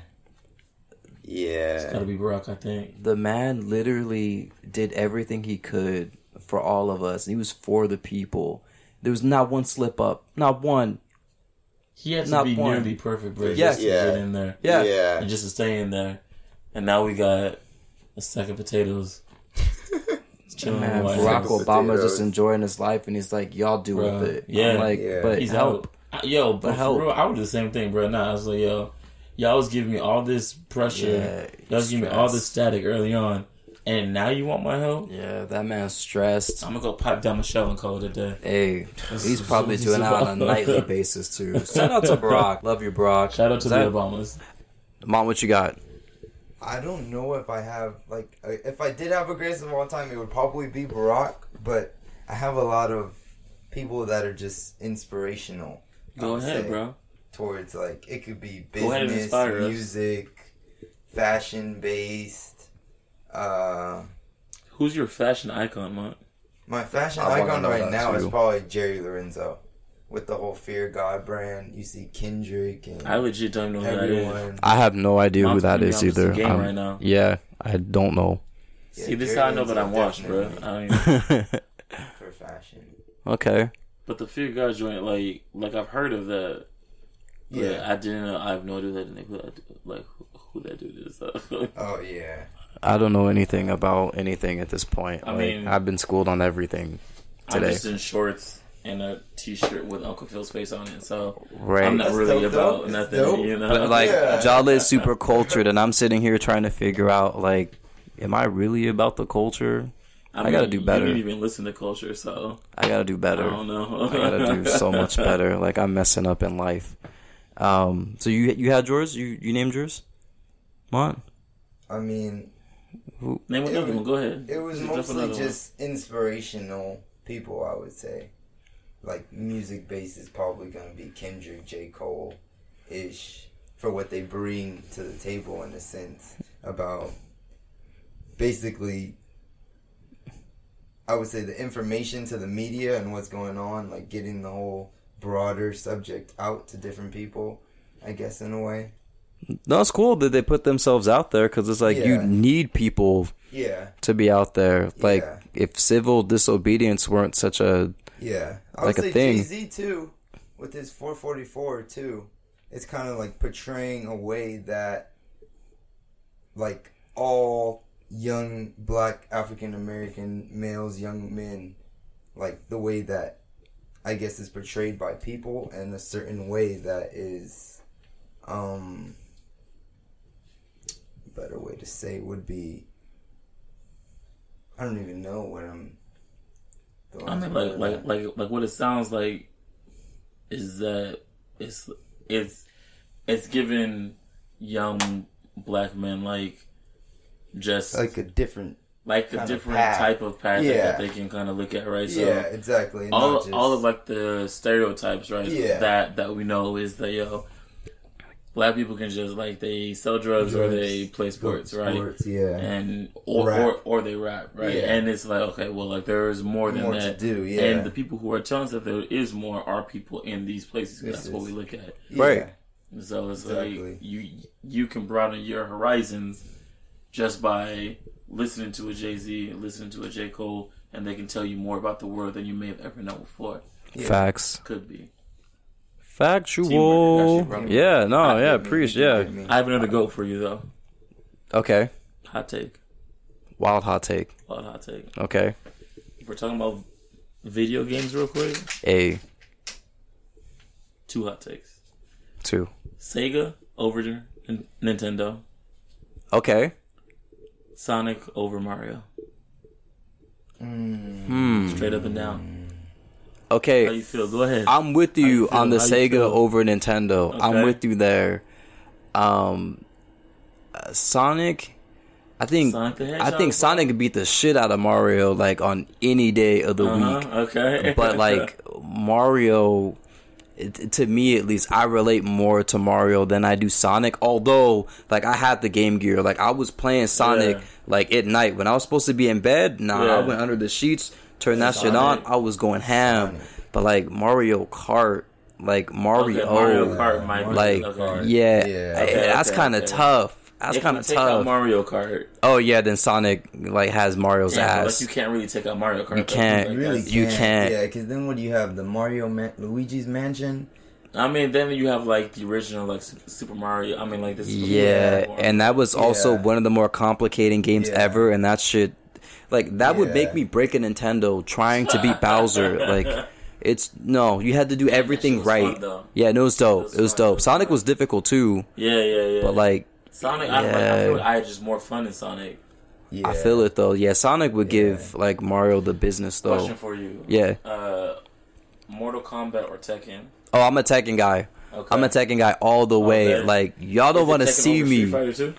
it's gotta
Yeah.
be Barack, I think.
the man literally did everything he could for all of us. He was for the people. There was not one slip up, not one.
He had to
Not
be
one.
nearly perfect, bro.
Yeah.
Just to
Yeah.
get in there.
Yeah.
And
Yeah.
just to stay in there. And now we got a stack of potatoes. It's chilling
Man,
away.
Barack
Potatoes.
Obama just enjoying his life, and he's like, "Y'all deal
Bruh,
with it." I'm
yeah.
like,
Yeah.
but
He's
help.
out. I- Uh, Yo, but
help.
for real, I would do the same thing, bro. Nah, I was like, yo, y'all was giving me all this pressure.
Yeah,
y'all was giving me all
stress.
this static early on. And now you want my help?
Yeah, that man's stressed.
I'm gonna go pipe down Michelle and call it a day.
Hey, he's
is
probably
what
doing
he's
that on a
about.
nightly basis too. Shout out to Brock. Love you, Brock.
Shout out
Is
to
that-
the Obamas.
Mom, what you got?
I don't know if I have like I- if I did have a greatest of all time, it would probably be Barack. But I have a lot of people that are just inspirational. I
Go
would
ahead,
say,
bro.
Towards like it could be
Go ahead and
business,
inspire us.
music, fashion based. Uh,
Who's your fashion icon, man?
my fashion
I wanna
icon
know
right
that
now is
too.
probably Jerry Lorenzo, with the whole Fear God brand. You see Kendrick and
I legit don't know who that is.
everyone.
I have no idea
Mom's gonna be on this game right now.
Um, Yeah, I don't know.
Yeah,
See, this is how I know
Jerry
that I'm
Lorenzo
washed, bro. Uh, I
definitely
don't even.
For fashion.
okay.
But the Fear God joint, like, like I've heard of that. but I didn't know. I have no idea who that who that, like who, who that dude is.
Oh yeah.
I don't know anything about anything at this point.
I Like, mean-
I've been schooled on everything
I'm just in shorts and a t-shirt with Uncle Phil's face on it, so
Right.
I'm not
That's
really
dope,
about
dope. It's
nothing,
dope.
you know.
But like
Yeah.
Jala is super cultured and I'm sitting here trying to figure out like am I really about the culture?
I,
gotta
mean,
do better.
You didn't even listen to culture, so
I gotta do better.
I don't know.
I gotta do so much better. Like I'm messing up in life. Um, so you you had yours. You you named yours. Mont.
I mean,
Name another one. Go ahead.
it was
Drop another
mostly
one.
just inspirational people, I would say. Like music based is probably gonna be Kendrick, J. Cole, ish, for what they bring to the table in a sense about basically. I would say the information to the media and what's going on, like getting the whole broader subject out to different people, I guess in a way.
No, it's cool that they put themselves out there because it's like you
Yeah.
need people
Yeah,
to be out there. Like
Yeah.
if civil disobedience weren't such a
Yeah, I
like a
would say
thing.
Jay Z too, with his 444 too. It's kind of like portraying a way that, like all young Black African American males, young men, like the way that I guess is portrayed by people, and a certain way that is, um, better way to say would be. I don't even know what I'm. the
I
last
mean,
word
like,
I'm
like, like, like, what it sounds like is that it's it's it's giving young black men like just like,
like a different.
a
of
different
path.
type of path that-
Yeah.
that they can kind of look at, right? So
yeah, exactly. and
all
not just-
all of like the stereotypes, right?
Yeah.
That that we know is that yo, black people can just like they sell drugs, or
Drugs,
they play sports, right?
sports, yeah.
and or,
Rap.
or or they rap, right?
Yeah.
And it's like okay, well, like there is more than
More to
that
do, yeah.
And the people who are telling us that there is more are people in these places. 'cause
This
That's what
is-
we look at.
Yeah,
Right.
So it's
Exactly.
like you you can broaden your horizons just by listening to a Jay Z, listening to a J Cole, and they can tell you more about the world than you may have ever known before.
Yeah.
facts
Could be.
factual.
Teamwork, actually,
Yeah, no,
I
yeah,
I mean,
preach,
you
yeah.
get me.
I have another goat for you though.
Okay,
Hot take,
wild hot take.
wild hot take.
Okay,
If we're talking about video games, real quick,
a
two hot takes.
two.
Sega over N- Nintendo.
Okay,
Sonic over Mario. Straight up and down. How
okay.
you feel? Go ahead.
I'm with
you
you
feel?
on the
How you feel?
Sega over Nintendo.
Okay.
I'm with you there. Um, uh, Sonic. I think
Sonic the
I
Hedgehog.
think Sonic could beat the shit out of Mario like on any day of the
Uh-huh,
week.
Okay.
But like Mario, it, to me at least, I relate more to Mario than I do Sonic. Although like I had the Game Gear, like I was playing Sonic
Yeah.
like at night when I was supposed to be in bed. Nah,
Yeah.
I went under the sheets, turned that shit on.
Sonic.
I was going ham. But like Mario Kart, like Mario,
Okay, Mario Kart might be
like
okay.
yeah,
Yeah.
I-
Okay,
that's
okay,
kind of
okay.
tough. That's
If
kind
you
of
take out
tough.
Mario Kart.
Oh yeah, then Sonic like has Mario's
Yeah, but,
ass.
like you can't really take out Mario Kart. You
can't.
Like,
Really
that's-
You can't.
Yeah, because then what do you have? The Mario Man- Luigi's Mansion.
I mean, then you have like the original like Su- Super Mario. I mean, like this.
yeah, and that was also
Yeah.
one of the more complicating games
Yeah.
ever, and that shit, like that would make
Yeah.
me break a Nintendo trying to beat Bowser. Like, it's no, you had to do everything
was
right.
fun, though.
yeah, no, it was dope. It was,
was fun, it
dope.
was
Sonic
fun.
was difficult too,
yeah, yeah, yeah.
but like
Sonic, I, I, I,
yeah.
feel like I had just more fun in Sonic.
Yeah.
I feel it though. Yeah, Sonic would give like Mario the business though.
Question for you.
Yeah.
Uh, Mortal Kombat or Tekken?
Oh, I'm a Tekken guy.
Okay.
I'm a Tekken guy all the way.
man.
Like y'all
Is
don't
it
want to
Tekken
see
over Street
me.
Fighter 2?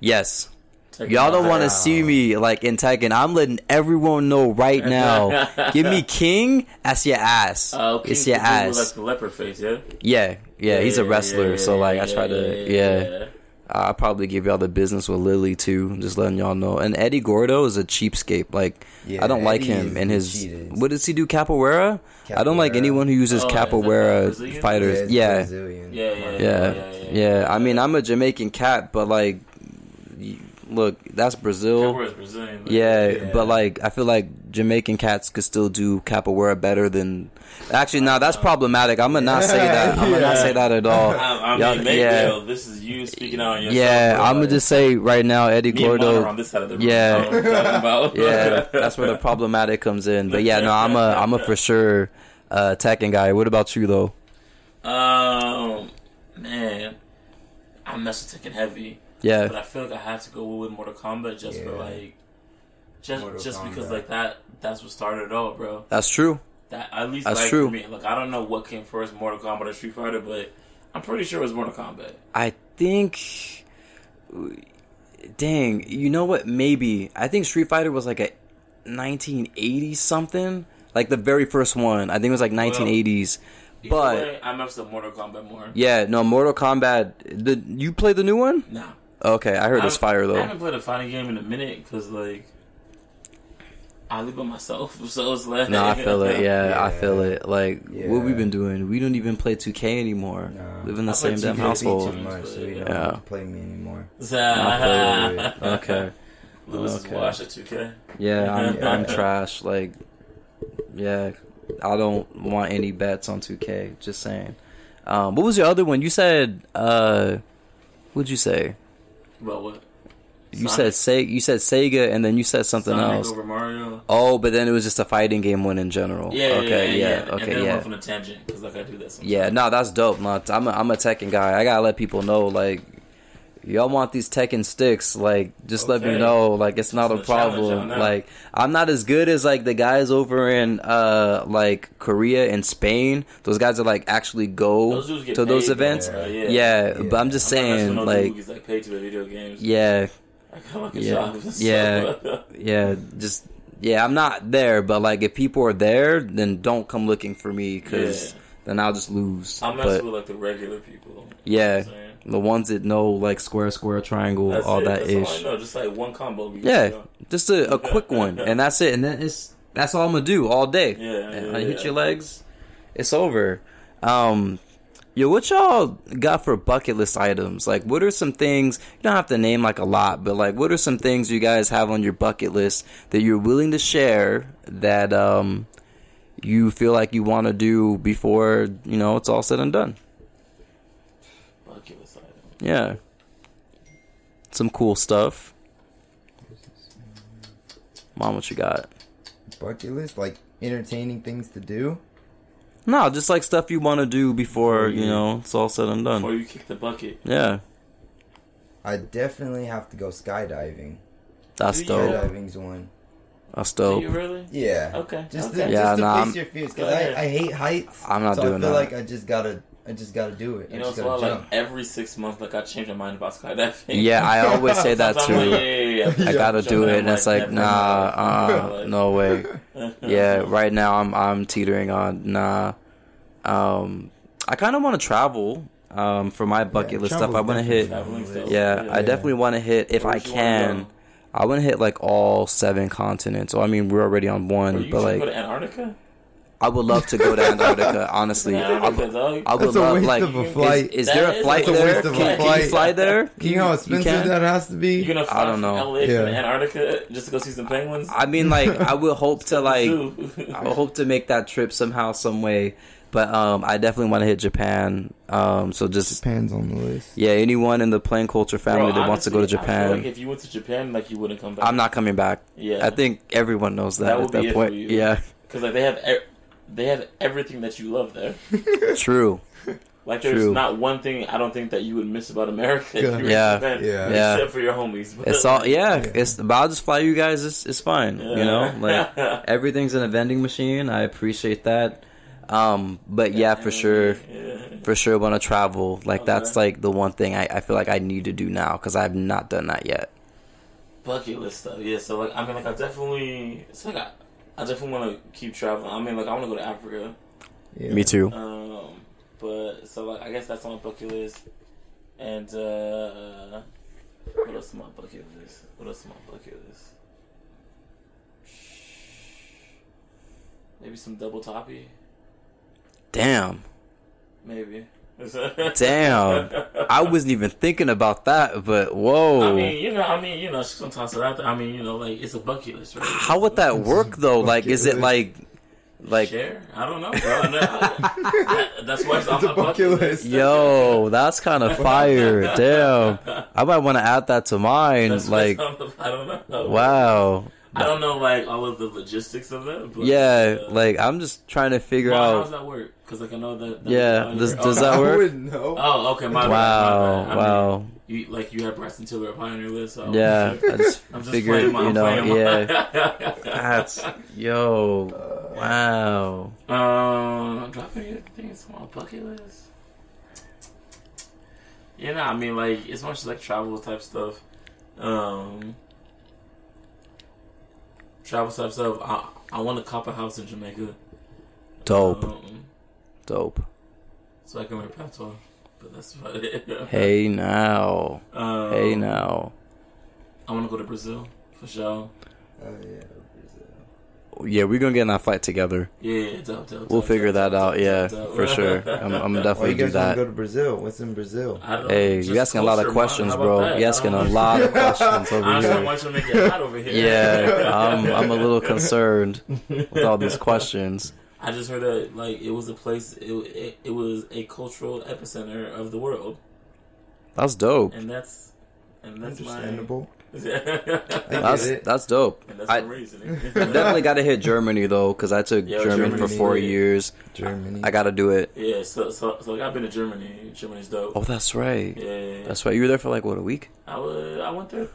Yes.
Tekken
Y'all don't
over-
want to see me like in Tekken. I'm letting everyone know right now. Give me King. That's your ass.
Oh, King
it's your
Kong with,
ass.
Like the leopard face, yeah.
yeah, yeah. He's a
Yeah,
wrestler,
yeah,
so like I
yeah,
try to.
yeah,
Yeah, I probably give y'all the business with Lily too. Just letting y'all know. And Eddie Gordo is a cheapskate. Like
Yeah,
I don't like
Eddie
him
is-
and
he
his.
cheated.
What does he do? Capoeira. I don't like
Capoeira.
anyone who uses
Oh, is that
capoeira
Brazilian?
fighters.
it's
Yeah,
Brazilian.
Yeah, yeah,
yeah,
yeah,
yeah,
yeah,
I mean, I'm a Jamaican cat, but like, y- look, that's Brazil.
Capoeira is Brazilian. but-
Yeah,
Yeah.
but like I feel like Jamaican cats could still do capoeira better than. Actually, nah, that's problematic. I'm gonna not say that. I'm gonna not
Yeah.
say that at all.
I, I
Y'all-
mean, maybe,
yeah.
yo, this is you speaking out on yourself.
Yeah,
bro,
I'm gonna
like,
just say right now, Eddie
me and Mon are
Gordo.
on this side of the room.
Yeah.
so I'm talking about-
Yeah, that's where the problematic comes in. But yeah, no, I'm a I'm a for sure uh, Tekken guy. What about you though?
Um, man, I mess with Tekken heavy, but
Yeah,
I feel like I have to go with Mortal Kombat just for
Yeah.
like Just
Mortal
just because
Kombat.
like that that's what started it all, bro.
That's true.
That at least
That's
like
true.
for me. Look, I don't know what came first, Mortal Kombat or Street Fighter, but I'm pretty sure it was Mortal Kombat.
I think. Dang, you know what? Maybe I think Street Fighter was like a 1980 something, like the very first one. I think it was like 1980s.
Either
But
way, I messed up Mortal Kombat more.
yeah, no, Mortal Kombat. The you played the new one?
Nah.
Okay, I heard
I
it's
haven't-
fire
I
though.
haven't played a fighting game in a minute because like I live by myself, so it's like
No, I feel it. Yeah, I
Yeah.
feel it. Like
Yeah.
what we've been doing, we don't even play 2K anymore.
Nah.
Live in the
I play
same damn
2K.
Too
household.
much, so you don't
Yeah.
play me anymore.
I
feel it.
Okay.
Lewis
Okay.
is washed at 2K.
Yeah, I'm,
Yeah.
I'm trash. Like, yeah, I don't want any bets on 2K. Just saying. Um, what was your other one? You said, uh, what'd you say?
About what?
You
Sonic-
said Sega. You said Sega, and then you said something
Sonic
else.
over Mario.
Oh, but then it was just a fighting game one in general.
Yeah,
okay,
yeah, yeah. yeah. and
okay,
then
yeah.
went from a tangent because like I do that. Sometimes.
Yeah, no, that's dope. No, t- I'm a, I'm a Tekken guy. I gotta let people know, like, y'all want these Tekken sticks, like, just let me
Okay.
know. Like, it's not a
Just a challenge,
problem.
y'all know.
Like, I'm not as good as like the guys over in uh like Korea and Spain. Those guys are like actually go
Those dudes get
to those
paid, though,
events.
bro,
Yeah,
yeah.
but I'm just
I'm not
saying,
messing with no dude
like,
who gets, like paid to play video games.
yeah,
I got like a
Yeah.
job. so-
Yeah. yeah, just yeah. I'm not there, but like, if people are there, then don't come looking for me because
Yeah.
then I'll just lose.
I mess
But-
with like the regular people.
Yeah,
You know what I'm saying?
the ones that know like square, square, triangle,
That's
all
it.
that
that's
ish.
All I know. Just like one combo. we
yeah,
can
just a, a quick one, and that's it. And then it's that's all I'm gonna do all day.
Yeah,
And
yeah,
I hit
yeah.
your legs, it's over. Um, yo, what y'all got for bucket list items? Like, what are some things you don't have to name like a lot, but like, what are some things you guys have on your bucket list that you're willing to share that um you feel like you want to do before you know it's all said and done?
go. Bucket list item.
Yeah. Some cool stuff. Mom, what you got?
Bucket list, like entertaining things to do.
No, just like stuff you want to do before, you
Yeah.
know, it's all said and
Before
done.
you kick the bucket.
Yeah.
I definitely have to go skydiving.
That's
Yeah.
dope.
Skydiving's one.
That's
Do you
dope.
really?
Yeah.
Okay.
Just
okay.
to,
Yeah,
just to
nah,
face
I'm-
your fears,
Go
because I,
ahead.
I hate heights.
I'm not
so
doing
I feel
that.
like I just gotta, I just gotta do it.
You
I
know,
just
so I,
gotta
like
jump.
every six months, like I change my mind about skydiving.
Yeah, I always say that
Sometimes I'm like,
too.
yeah, yeah, yeah, yeah.
I gotta
Jump
do
in,
it,
I'm
and it's like,
never,
nah, uh,
never,
no way.
like-
Yeah, right now I'm I'm teetering on nah. Um, I kind of want to travel. Um, for my bucket list stuff, I want to hit.
Traveling stuff.
Yeah, I
Yeah.
definitely want to hit if
Where
I
would you wanna
can.
go?
I want to hit like all seven continents. So I mean, we're already on
Bro,
one,
you
but
should
like,
go to Antarctica.
I would love to go to Antarctica. Honestly, I,
Antarctica,
would-
dog.
I would
That's a
love
waste
like.
of a
is-
flight.
Is,
That
there
is
a
a
flight
waste
there?
of a
Can, can you
flight.
fly there?
you know how expensive
can?
that has to be.
You're gonna fly
I don't know.
from LA to
Yeah.
Antarctica just to go see some penguins.
I mean, like, I would hope to like.
Zoo.
I would hope to make that trip somehow, some way. But um, I definitely want to hit Japan. Um, so just
Depends on the list.
yeah, anyone in the plain culture
Bro,
family that wants to go to
honestly, I
Japan,
feel like if you went to Japan, like you wouldn't come back.
I'm not coming back.
Yeah.
I think everyone knows that,
That
at
would
that
be it
point.
for you.
Yeah,
because like they have e- they have everything that you love there.
true.
Like there's
True.
not one thing I don't think that you would miss about America. If you were in
Yeah.
Japan,
Yeah.
Yeah.
Except for your homies. but-
It's all yeah. It's but I'll just fly you guys. It's it's fine. You know, like everything's in a vending machine. I appreciate that. Um, but yeah, for sure,
Yeah.
for sure, want to travel. Like that's
Okay.
like the one thing I, I feel like I need to do now because I've not done that yet.
bucket list stuff. Yeah, so like I mean, like I definitely, it's like I, I definitely want to keep traveling. I mean, like I want to go to Africa.
Yeah.
Me too.
Um, but so like I guess that's on my bucket list. And uh, what else on my bucket list? What else on my bucket list? Maybe some double toppy.
Damn,
Maybe.
damn. I wasn't even thinking about that, but whoa.
I mean, you know, I mean, you know, sometimes that I mean, you know, like it's a bucket list, right?
How would that work though? Like, is it like, like,
share? I don't know, bro. I know- I- that's why it's on
It's
my
a bucket list.
yo, that's kind of fire. Damn, I might want to add that to mine.
That's why
Like,
it's on the- I don't know.
wow.
I don't know like all of the logistics of that. But,
yeah,
uh,
like I'm just trying to figure
well, how
out.
does that work? Because like I know that. that
Yeah, does-
okay.
does that
I
work?
wouldn't know.
Oh, okay. My
wow,
bad, my bad. I
wow.
Mean, you, like you had Braxton Tiller up high on your list. So
yeah, I just
I'm just
figured,
playing my,
you know,
playing my-
yeah. That's yo, wow.
Um, dropping anything it's on my bucket list. Yeah, nah, I mean, like as much as like travel type stuff, um, travel type stuff. I I want to cop a house in Jamaica.
Dope,
Um,
dope.
so I can wear patois, but that's about it.
Hey now,
um,
hey now.
I want to go to Brazil for sure.
Oh, yeah. Brazil.
Yeah, we're gonna get in that fight together.
Yeah, yeah, dope, dope,
We'll
dope,
figure
dope,
that
dope,
out.
dope,
Yeah,
dope, dope.
for sure. I'm, I'm
Why
definitely
you
do
guys want to
that.
go to Brazil? What's in Brazil?
I don't know,
Hey,
just
you asking a lot of
culture, man.
questions,
How about
bro.
that?
You
I
asking a
don't know.
lot of questions over
Honestly, I
here.
want you to make it hot over here.
Yeah, I'm I'm a little concerned with all these questions.
I just heard that like it was a place. It, it it was a cultural epicenter of the world,
That's dope.
and that's and that's my.
Understandable.
and
That's
it.
that's dope.
that's my
I
reasoning.
definitely got to hit Germany though, because I took
Yeah,
German for
Germany,
four
yeah.
years.
Germany.
I got to do it.
yeah. So so so like I've been to Germany. Germany's dope.
Oh, that's right.
yeah.
That's right. You were there for like what a week?
I was, I went there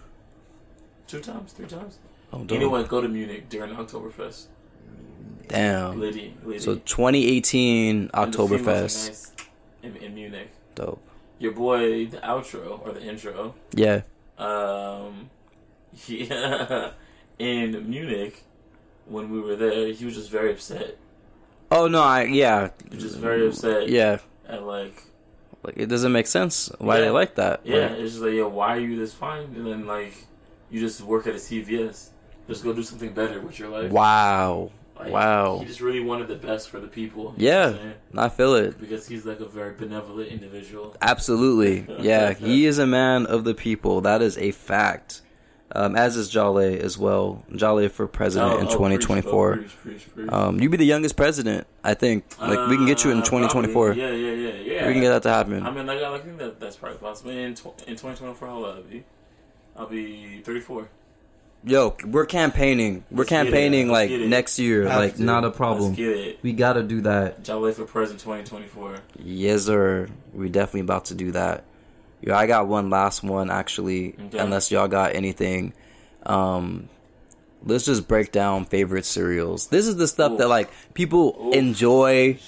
two times, three times.
Oh, dope.
Anyone go to Munich during Oktoberfest?
Damn.
Liddy, Liddy.
Oh. So 2018
And the females are
Oktoberfest.
nice in, in Munich.
Dope.
Your boy, the outro or the intro.
Yeah.
Um, yeah, in Munich, when we were there, he was just very upset.
Oh no. I yeah.
He was just very upset.
Mm, Yeah.
And like,
Like it doesn't make sense why
Yeah.
they like that.
yeah,
Like,
it's just like, yeah, why are you this fine? And then like, you just work at a CVS. Just go do something better with your life.
wow.
Like,
wow.
He just really wanted the best for the people. you know
Yeah.
what I'm saying?
I feel it.
Because he's like a very benevolent individual.
Absolutely. Yeah, he is a man of the people. That is a fact. Um, as is Jale as well. Jale for president
Oh,
in
oh, preach,
2024.
oh, preach, preach, preach.
Um, you be the youngest president, I think. Like we can get you in
Uh,
2024.
probably. Yeah, yeah, yeah, yeah.
We can get that to
I
happen.
mean, like, I think that that's probably possible. In tw- in 2024, how old will I be? I'll be 34.
Yo, we're campaigning. We're
Let's get it.
campaigning
Let's
like
get it.
next year.
Have
Like
to.
not a
Let's
problem.
get it.
We gotta do that.
Jolly for present 2024.
Yes, sir. We definitely about to do that. Yo, I got one last one actually.
Okay.
Unless y'all got anything, um, let's just break down favorite cereals. This is the stuff
Oof.
that like people
Oof.
enjoy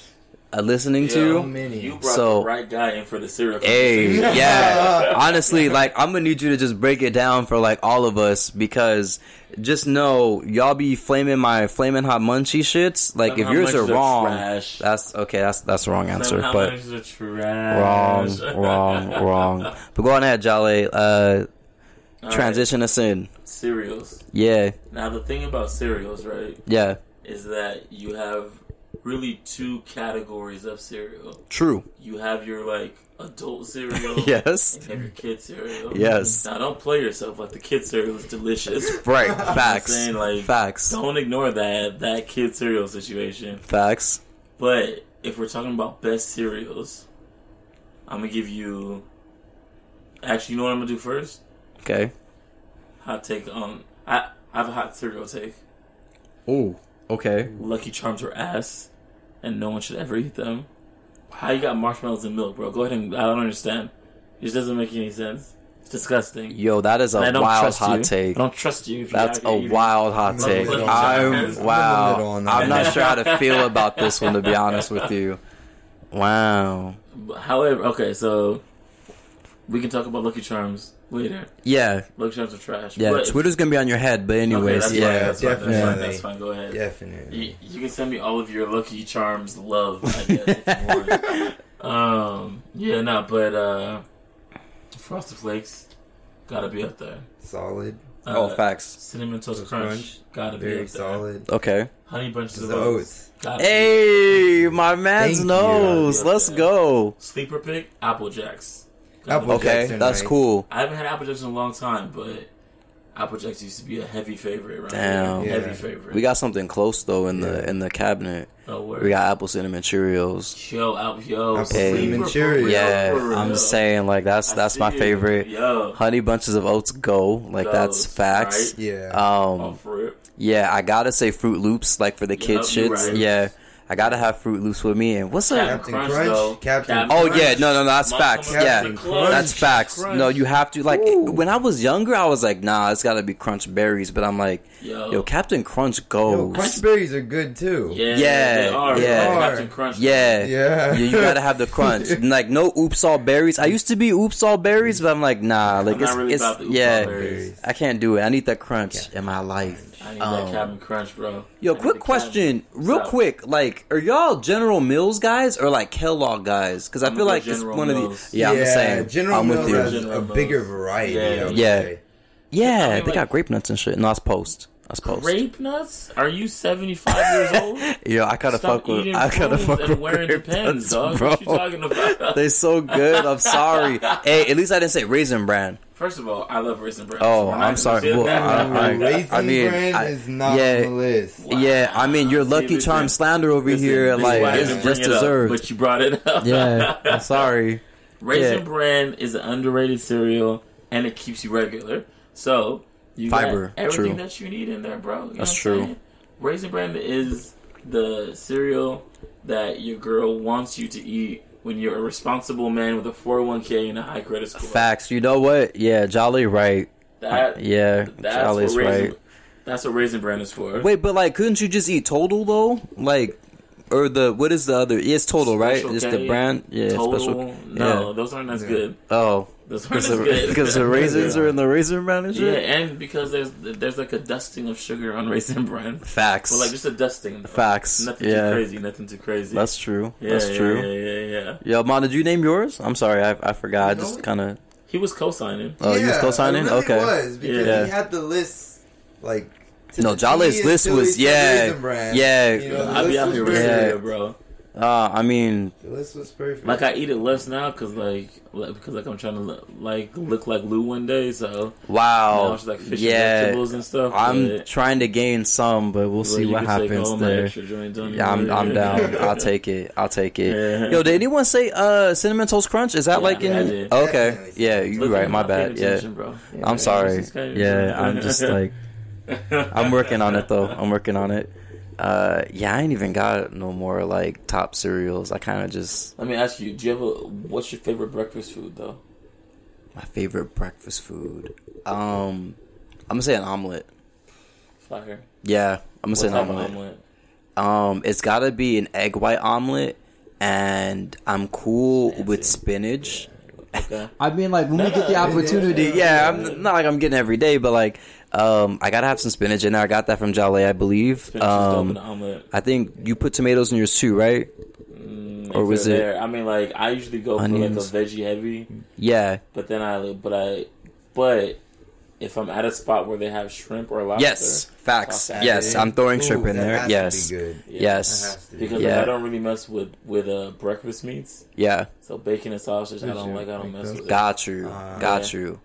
uh, listening
How
to.
many?
You brought
So-
the right guy in for the serial.
Hey,
conversation.
yeah. Honestly, like I'm gonna need you to just break it down for like all of us because just know y'all be flaming my flaming hot munchie shits. Like
Flamin'
if
Hot
yours are
Munchies are
wrong,
trash.
that's okay. That's that's the wrong answer.
Somehow
But
things are trash.
wrong, wrong, wrong. But go on ahead, Jolly. Uh,
All right,
transition us in.
cereals.
Yeah,
Now the thing about cereals, right,
yeah.
is that you have really two categories of cereal.
True.
You have your like adult cereal.
Yes.
and You have your kid cereal.
Yes.
Now don't play yourself. Like the kid cereal is delicious.
Right. Facts.
saying, like,
Facts.
Don't ignore that that kid cereal situation.
Facts.
But if we're talking about best cereals, I'm gonna give you. Actually, you know what I'm gonna do first?
Okay.
Hot take. Um, I I have a hot cereal take.
Ooh. Okay.
Lucky Charms are ass, and no one should ever eat them. How you got marshmallows and milk, bro? Go ahead and I don't understand. It just doesn't make any sense. It's disgusting.
Yo, that is a
And I don't
wild
trust
hot
you.
take.
I don't trust you. If
That's
you out
a
here eating-
wild hot
I'm
take.
in the middle. I'm in
I'm
the
wow.
middle on that.
I'm not sure how to feel about this one to be honest with you. Wow.
However, okay, so we can talk about Lucky Charms later.
Yeah.
Lucky Charms are trash.
Yeah.
but-
Twitter's gonna be on your head, but anyways,
that's
yeah.
fine, that's fine, that's fine,
definitely.
that's fine. Go ahead.
Definitely.
You, you can send me all of your Lucky Charms love, I guess, if you want. Um, yeah, no, but uh, Frosted Flakes gotta be up there.
Solid.
Uh,
Oh, facts.
Cinnamon Toast
Toast
Crunch,
Crunch,
gotta be
Very
up there.
solid.
Okay.
Honey Bunches of
The
Oats.
oats.
Gotta be.
Hey, my man's
Thank you.
nose. Let's go.
Sleeper pick, Apple Jacks.
Apple
Jacks.
Okay,
Jackson,
that's
right?
cool.
I haven't had Apple Jacks in a long time, but Apple Jacks used to be a heavy favorite. Right?
Damn.
Yeah.
heavy favorite.
We got something close though in the
Yeah.
in the cabinet.
oh, word.
We got apple cinnamon Cheerios.
yo, Apple, yo,
Apple
sleeper
cinnamon
for
Cheerios.
real,
Yeah,
for
I'm
real.
saying like that's
I
that's my
see it.
favorite.
Yo,
Honey bunches of oats go like that's
Those,
facts.
Yeah.
Um,
off rip.
Yeah, I gotta say Fruit Loops, like for the kid
Yup, you
shits.
right.
Yeah, I gotta have Fruit Loops with me. And what's up?
Captain Crunch, Captain
Oh
Crunch.
yeah, no, no, no, that's
Motherfucker,
facts.
Captain
Yeah,
Crunch.
that's facts.
Crunch.
No, you have to like.
Ooh.
When I was younger, I was like, nah, it's gotta be Crunch Berries. But I'm like,
Yo.
yo, Captain Crunch
Yo,
goes.
Crunch berries are good too.
Yeah,
Yeah, they are.
yeah.
They are. Captain Crunch.
yeah,
Yeah.
you, you gotta have the crunch. And, like no oops all berries. I used to be oops all berries, but I'm like nah, like it's
I'm not really
it's
about the oops
yeah.
all berries.
I can't do it. I need that crunch in my life.
I need
Um,
that Captain Crunch, bro.
Yo,
I need
quick
the
question,
Captain-
real
So,
quick. Like, are y'all General Mills guys or like Kellogg guys? Because I
I'm
feel
with
like it's
General
one
Mills.
of the. Yeah, I'm saying.
General
I'm with
Mills
you.
has
General
a
Mills.
bigger variety.
Yeah.
I would
Yeah.
say.
Yeah,
I mean,
they
like-
got grape nuts and shit. No, it's post. That's post.
Grape nuts? Are you 75 years old?
Yo, I gotta
Stop
fuck with.
eating
I gotta
prunes
fuck
and
with
wearing
grape nuts,
Depends, dog.
bro.
What you talking about?
They're so good. I'm sorry. hey, at least I didn't say raisin bran.
First of all, I love raisin bran.
Oh, I'm sorry. Well, I-
Ooh,
I-
Raisin
I mean,
Bran
I-
is not
yeah. Oh,
on the list.
Yeah, I mean, your lucky
listen.
charm slander over here, like,
I
it's
didn't
just
deserved.
deserved.
but you brought it up.
yeah, I'm sorry.
Raisin
Yeah.
Bran is an underrated cereal, and it keeps you regular. So you got
Fiber,
everything
true.
that you need in there, bro. You know
That's
what I'm
true.
saying? Raisin Bran is the cereal that your girl wants you to eat when you're a responsible man with a 401k and a high credit score.
Facts. You know what? Yeah, Jolly right.
That
Yeah,
that's what
Jolly's
raisin.
right.
That's what raisin bran is for.
Wait, but like, couldn't you just eat total though? Like, or the what is the other? It's total, right?
Special
It's
K,
the brand. Yeah,
Total?
special.
No,
Yeah.
those aren't as
Yeah.
good.
Oh,
Those aren't as good
because the raisins are in the raisin brand and
Yeah,
shit.
and because there's there's like a dusting of sugar on raisin bran.
Facts.
Well, like just a dusting. though.
Facts.
Nothing
yeah,
too crazy. Nothing too crazy.
that's true.
Yeah,
that's
yeah,
true.
Yeah, yeah, yeah.
Yo, Ma, did you name yours? I'm sorry, I, I forgot. I
No.
just kind of.
He was co-signing.
Oh, you
Yeah,
you still
it
signing?
really
okay.
Was because
Yeah.
he had the list like. to
No,
the
Jolly's
T
list
until
was-
he said
yeah,
Raisin Bran.
yeah.
You know, the
I be
list
out
was
here with
perfect.
Yeah.
cereal, bro.
Uh, I mean,
The list was perfect.
Like I eat it less now because like like- because like I'm trying to look, like look like Lou one day. So
wow.
now it's like fish and
Oh, yeah,
vegetables and stuff.
I'm
but-
trying to gain some, but we'll
but
see
you
what
can take all
happens
my
there.
extra joint, don't
Yeah, I'm,
you?
I'm down. I'll take it. I'll take it.
Yeah.
Yo, did anyone say uh cinnamon toast crunch? Is that
Yeah,
like in?
I did.
Okay, yeah, you're
Look,
right.
I'm
My
not paying
bad. Yeah,
attention, bro.
I'm sorry.
This guy is-
Yeah, I'm just like I'm working on it though. I'm working on it. Uh, yeah, I ain't even got no more like top cereals. I kind of just
Let me ask you, do you have a what's your favorite breakfast food though?
my favorite breakfast food. Um, I'm gonna say an omelet.
Fire.
Yeah, I'm gonna
What
say an
type of
omelet. Um, it's gotta be an egg white omelet, and I'm cool with spinach.
Okay.
I mean, like when
No,
we get the
no,
opportunity,
yeah,
yeah,
yeah, yeah.
I'm not like I'm getting every day, but like, um, I gotta have some spinach in there. I got that from Jolly, I believe.
Spinach is dope in the
Um,
omelet.
I think you put tomatoes in yours too, right?
Mm,
or
if
was
they're
it-
there. I mean, like I usually go
Onions.
for like a veggie heavy,
Yeah.
but then I but I but if I'm at a spot where they have shrimp or lobster,
Yes. Facts.
Lobster.
Yes, I'm throwing
Ooh,
shrimp in
that
there.
has to
Yes.
be good.
Yeah.
That has
Yes.
to be
because
good.
like,
Yeah.
I don't really mess with with uh breakfast meats.
Yeah.
So bacon and sausage, I don't
Sure.
like. I don't mess with. it.
Got you.
Uh,
Got you.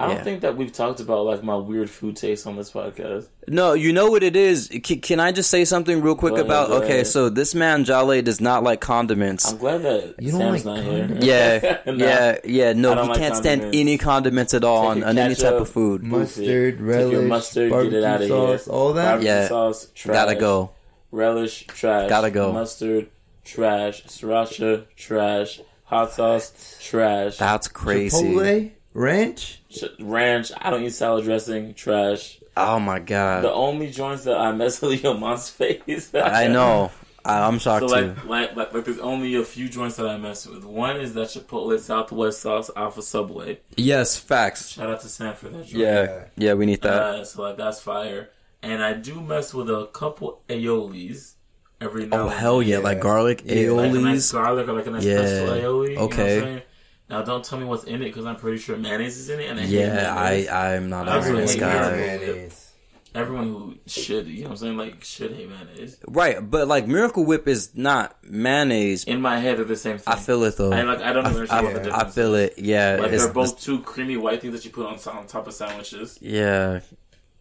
I don't
yeah.
think that we've talked about like my weird food taste on this podcast.
No, you know what it is. C- can I just say something real quick
Go ahead,
about?
go
okay,
ahead.
so this man Jolly does not like condiments.
I'm glad that
You don't
Sam's not
like
here.
Yeah,
Nah.
yeah, yeah.
I
No,
don't
he
like
can't stand
condiments.
any condiments at all
Take
on,
your
on any type
ketchup.
of food.
Move it.
Mustard,
Take your
relish,
mustard, get
barbecue
it outta here.
sauce, all that.
Barbecue
Yeah.
sauce, trash.
Gotta go.
Relish, trash.
Gotta go.
Mustard, trash. Sriracha, trash. Hot sauce, trash.
That's crazy.
Chipotle, ranch.
Ch- ranch. I don't eat salad dressing. Trash.
Oh my
The
god.
only joints that I mess with your mom's face.
I know. I, I'm
So
shocked too.
like, like, like, like, there's only a few joints that I mess with. One is that Chipotle Southwest sauce off of Subway.
Yes, facts.
Shout out to Sam for that joint.
Yeah, yeah, we need that.
Uh, so like that's fire. And I do mess with a couple aiolis every now.
oh
and
hell yeah,
yeah.
like garlic
Yeah,
then. Like a nice
aiolis.
garlic or like a nice
Yeah.
pesto
Okay.
aioli. You know what I'm saying? now don't tell me what's in it because I'm pretty sure mayonnaise is in it. And I hate
yeah, I
mayonnaise.
I'm not
I
a
really
mayonnaise
hate
guy.
Mayonnaise.
everyone who should you know what I'm saying like should hate mayonnaise.
Right, but like Miracle Whip is not mayonnaise.
In my head, they're the same thing.
I feel it though.
I like. I don't
I,
understand what the
I, I
difference.
feel it. Yeah,
Like
it's-
they're both two creamy white things that you put on, on top of sandwiches.
Yeah.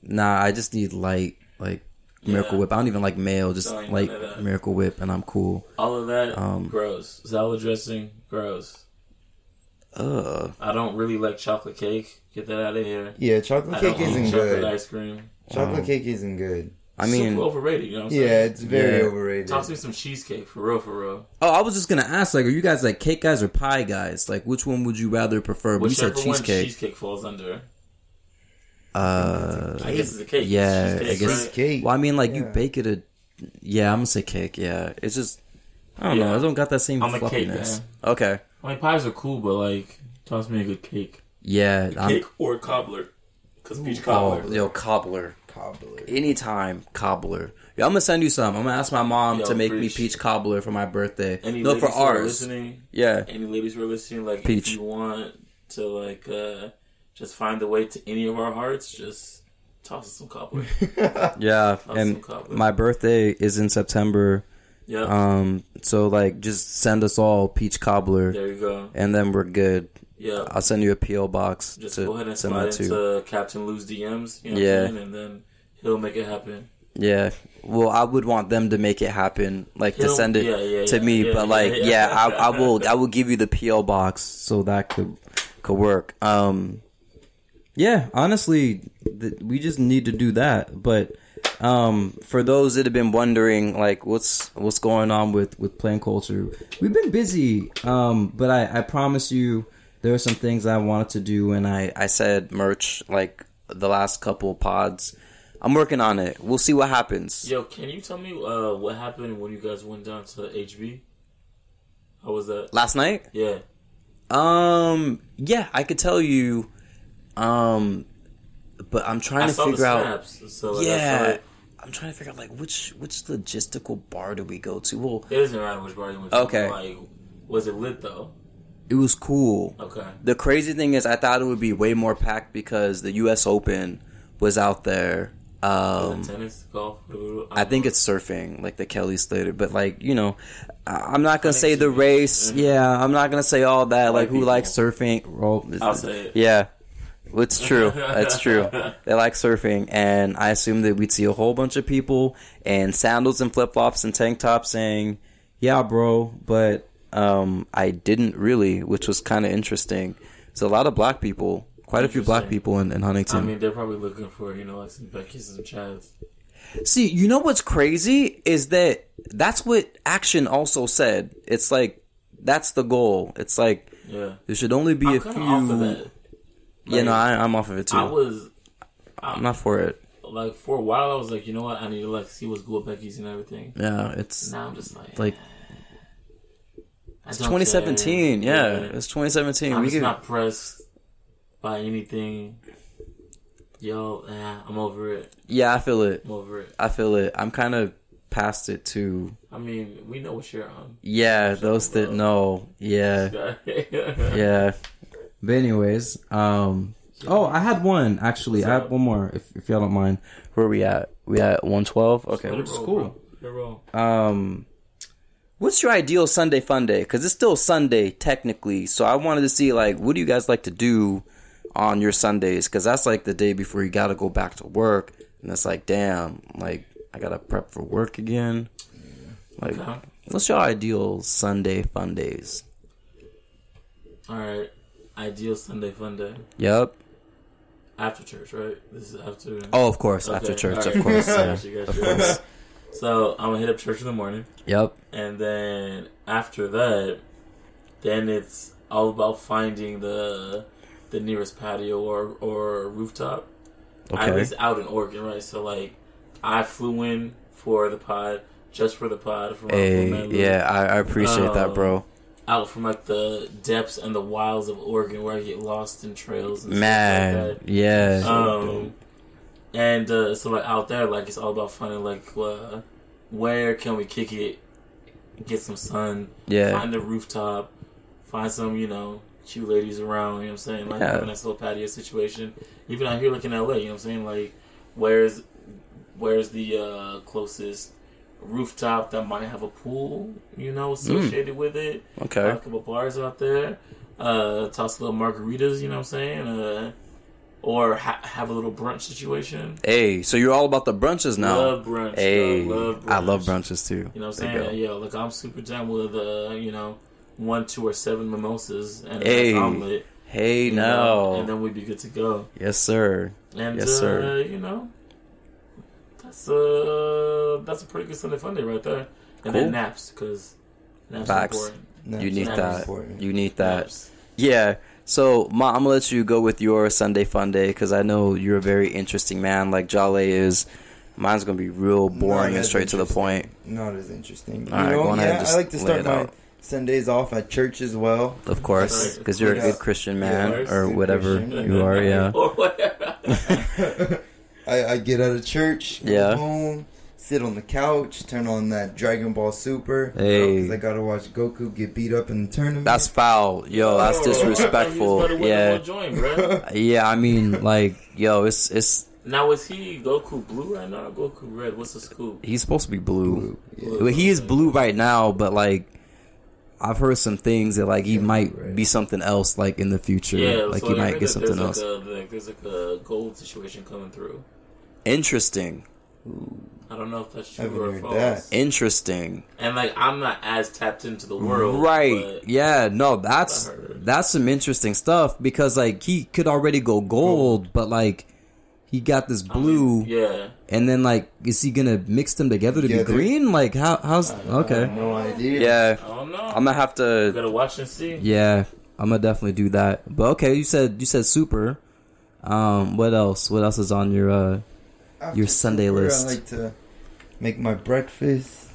Nah, I just need light, like Miracle
Yeah.
Whip. I don't even like mayo, just
Don't even
like
know that.
Miracle Whip, and I'm cool.
All of that
Um,
gross. Salad dressing gross.
Uh,
I don't really like chocolate cake. Get that out of here.
Yeah,
I
chocolate
don't
cake
eat
isn't
chocolate
good.
ice cream.
Chocolate cake isn't good.
I mean,
super overrated. You know what I'm
Yeah,
saying?
it's very
Um, Yeah.
overrated.
Toss me some cheesecake for real, for real.
oh, I was just gonna ask, like, are you guys like cake guys or pie guys? Like, which one would you rather prefer? But you
Whichever
said
one
cheesecake.
cheesecake falls under.
uh,
I guess it's a cake. It's
yeah,
cheesecake,
I guess.
right?
Cake.
Well, I mean, like you
Yeah.
bake it a. Yeah, I'm gonna say cake. Yeah, it's just. I don't know.
Yeah.
I don't got that same
I'm a cake
fluffiness. okay.
I mean, pies are cool, but like, toss me a good cake.
Yeah. I'm,
Cake or cobbler. Because peach cobbler.
oh, yo, cobbler.
Cobbler.
Anytime cobbler. Yo, I'm gonna send you some. I'm gonna ask my mom
Yo,
to make
preach.
me peach cobbler for my birthday.
Any
no,
ladies
for
who are
ours.
listening,
Yeah.
any ladies who are listening, like,
Peach.
if you want to, like, uh, just find the way to any of our hearts, just toss us some cobbler.
Yeah.
Toss some
and
cobbler.
my birthday is in September.
yeah,
Um. So like, just send us all peach cobbler,
there you go.
and then we're good.
Yeah.
I'll send you a PO box
Just
to
go ahead and
send
slide
that to.
into Captain Lou's DMs, you know
Yeah.
what I'm saying? And then he'll make it happen.
Yeah. Well, I would want them to make it happen, like to
He'll-
send it
yeah, yeah,
to
yeah,
me.
yeah,
but like,
yeah,
yeah,
yeah.
I, I will. I will give you the PO box so that could could work. Um, yeah. Honestly, th- we just need to do that. But um, for those that have been wondering, like, what's what's going on with with plan culture? We've been busy. Um, but I I promise you, there are some things I wanted to do, and I I said merch like the last couple pods. I'm working on it. We'll see what happens.
Yo, can you tell me uh, what happened when you guys went down to HB? How was that?
Last night?
Yeah.
Um, yeah, I could tell you. Um, but I'm trying
I
to
saw the
figure out.
snaps. So like, I saw
Yeah,
it.
I'm trying to figure out like which which logistical bar do we go to? Well,
it doesn't matter which bar you went to.
Okay.
Like, was it lit though?
it was cool.
Okay.
The crazy thing is, I thought it would be way more packed because the U.S. Open was out there.
Was
Um,
it tennis, golf?
I think it's surfing, like the Kelly Slater. But like you know, I- I'm not gonna say the race. Yeah, I'm not gonna say all that. Like who
Mm-hmm. people.
likes surfing? Well, is-
I'll say it.
Yeah, it's true. That's true. They like surfing, and I assume that we'd see a whole bunch of people in sandals and flip flops and tank tops saying, "Yeah, bro," but um, I didn't really, which was kind of interesting. So a lot of black people, quite a few black
Interesting.
people in, in
I
Huntington.
mean, they're probably looking for you know like some Becky's and Chad's.
See, you know what's crazy is that that's what action also said. It's like that's the goal. It's like
Yeah.
there should only be a
I'm kind
few.
of off of that.
yeah, no, I, I'm off of it too.
I was
I'm not for it.
like for a while I was like, you know what? I need to like see what's cool at Becky's and everything.
Yeah, it's
Now I'm just like,
like
it's
2017. Yeah, it's 2017.
I'm
we
just
could,
not pressed by anything. Yo, eh, I'm over it.
yeah, I feel it.
I'm over it.
I feel it. I'm kind of past it too.
I mean, we know what you're on.
Yeah, those that know. Yeah,
yeah.
yeah. But anyways, um. Oh, I had one actually. I had one more. If, if y'all don't mind, where we at? We at one twelve. Okay, which is cool. Um, what's your ideal Sunday fun day? Because it's still Sunday technically, so I wanted to see like what do you guys like to do on your Sundays? Because that's like the day before you got to go back to work, and it's like, damn, like I gotta prep for work again. Like,
Okay.
what's your ideal Sunday fun days?
All right. Ideal Sunday fun day
Yep.
after church, right? This is after.
Oh, of course,
Okay,
after church,
alright.
of course. yeah.
Gotcha, gotcha, gotcha. So I'm gonna hit up church in the morning,
Yep.
and then after that, then it's all about finding the the nearest patio or or rooftop. I
Okay.
was out in Oregon, right? So like, I flew in for the pod, just for the pod. From from
Hey,
that little-
eh, yeah, I, I appreciate
Um,
that, bro.
out from like the depths and the wilds of Oregon, where I get lost in trails and stuff
Man,
like
yeah.
that. Um, and uh, so like out there, like it's all about finding like uh, where can we kick it, get some sun,
Yeah.
find the rooftop, find some you know cute ladies around. You know what I'm saying? Like
Yeah.
have a nice little patio situation. Even out here, like in LA, you know what I'm saying? Like where's where's the uh, closest rooftop that might have a pool, you know,
Hmm.
associated with it.
Okay.
A couple bars out there. Uh, toss little margaritas, you know what I'm saying? Uh, or ha- have a little brunch situation.
Hey, so you're all about the brunches now.
Love brunch.
Hey,
yo, love brunch.
I love brunches too.
You know what
There
I'm
you
saying? Yeah, like I'm super down with, uh, you know, one, two, or seven mimosas and a
Hey,
nice omelet.
go. Hey,
you
now,
know, And then we'd be good to go.
yes, sir.
And,
Yes,
uh,
sir.
you know, That's uh, that's a pretty good Sunday Funday right there.
Cool.
And then naps because naps
Facts.
are important.
You need
Naps.
that.
Important.
You need that.
Naps.
Yeah. So, Ma, I'm gonna let you go with your Sunday fun day because I know you're a very interesting man, like Jale is. Mine's gonna be real boring and
that's
straight to the point.
Not as interesting. You
All right,
know,
go on
yeah,
ahead and just
I like to
lay
start
it
my
out.
Sundays off at church as well.
Of course,
Right.
because you're a
Yeah.
good Christian man
Yeah.
or
Good
whatever
Christian.
you are. Yeah.
or whatever.
I, I get out of church, go
Yeah.
home, sit on the couch, turn on that Dragon Ball Super. Oh,
Hey.
'cause I gotta watch Goku get beat up in the tournament.
That's foul, yo.
Oh.
That's disrespectful. Yeah, yeah. I mean, like, yo, it's it's.
Now is he Goku Blue right now? Or Goku Red? What's the scoop?
He's supposed to be blue.
Blue.
Well, he is blue right now, but like, I've heard some things that like he might
right.
be something else, like in the future.
Yeah,
like
so
he
I
might
heard
get
that
something else.
there's Like a, like, there's like a gold situation coming through.
Interesting,
I don't know if that's
I haven't
true or
heard
false.
that.
interesting.
And like I'm not as tapped into the world,
right?
but-
Yeah. No, that's
I heard.
that's some interesting stuff because like he could already go gold, but like he got this blue.
yeah.
And then like, is he gonna mix them together to be
Together.
green? Like how? How's
I
okay?
have no idea.
Yeah,
I don't know.
I'm gonna have
You
to.
gotta watch and see.
Yeah, I'm gonna definitely do that. But okay, you said you said super. Um, what else? What else is on your uh
After
your Sunday
Super,
list.
I like to make my breakfast.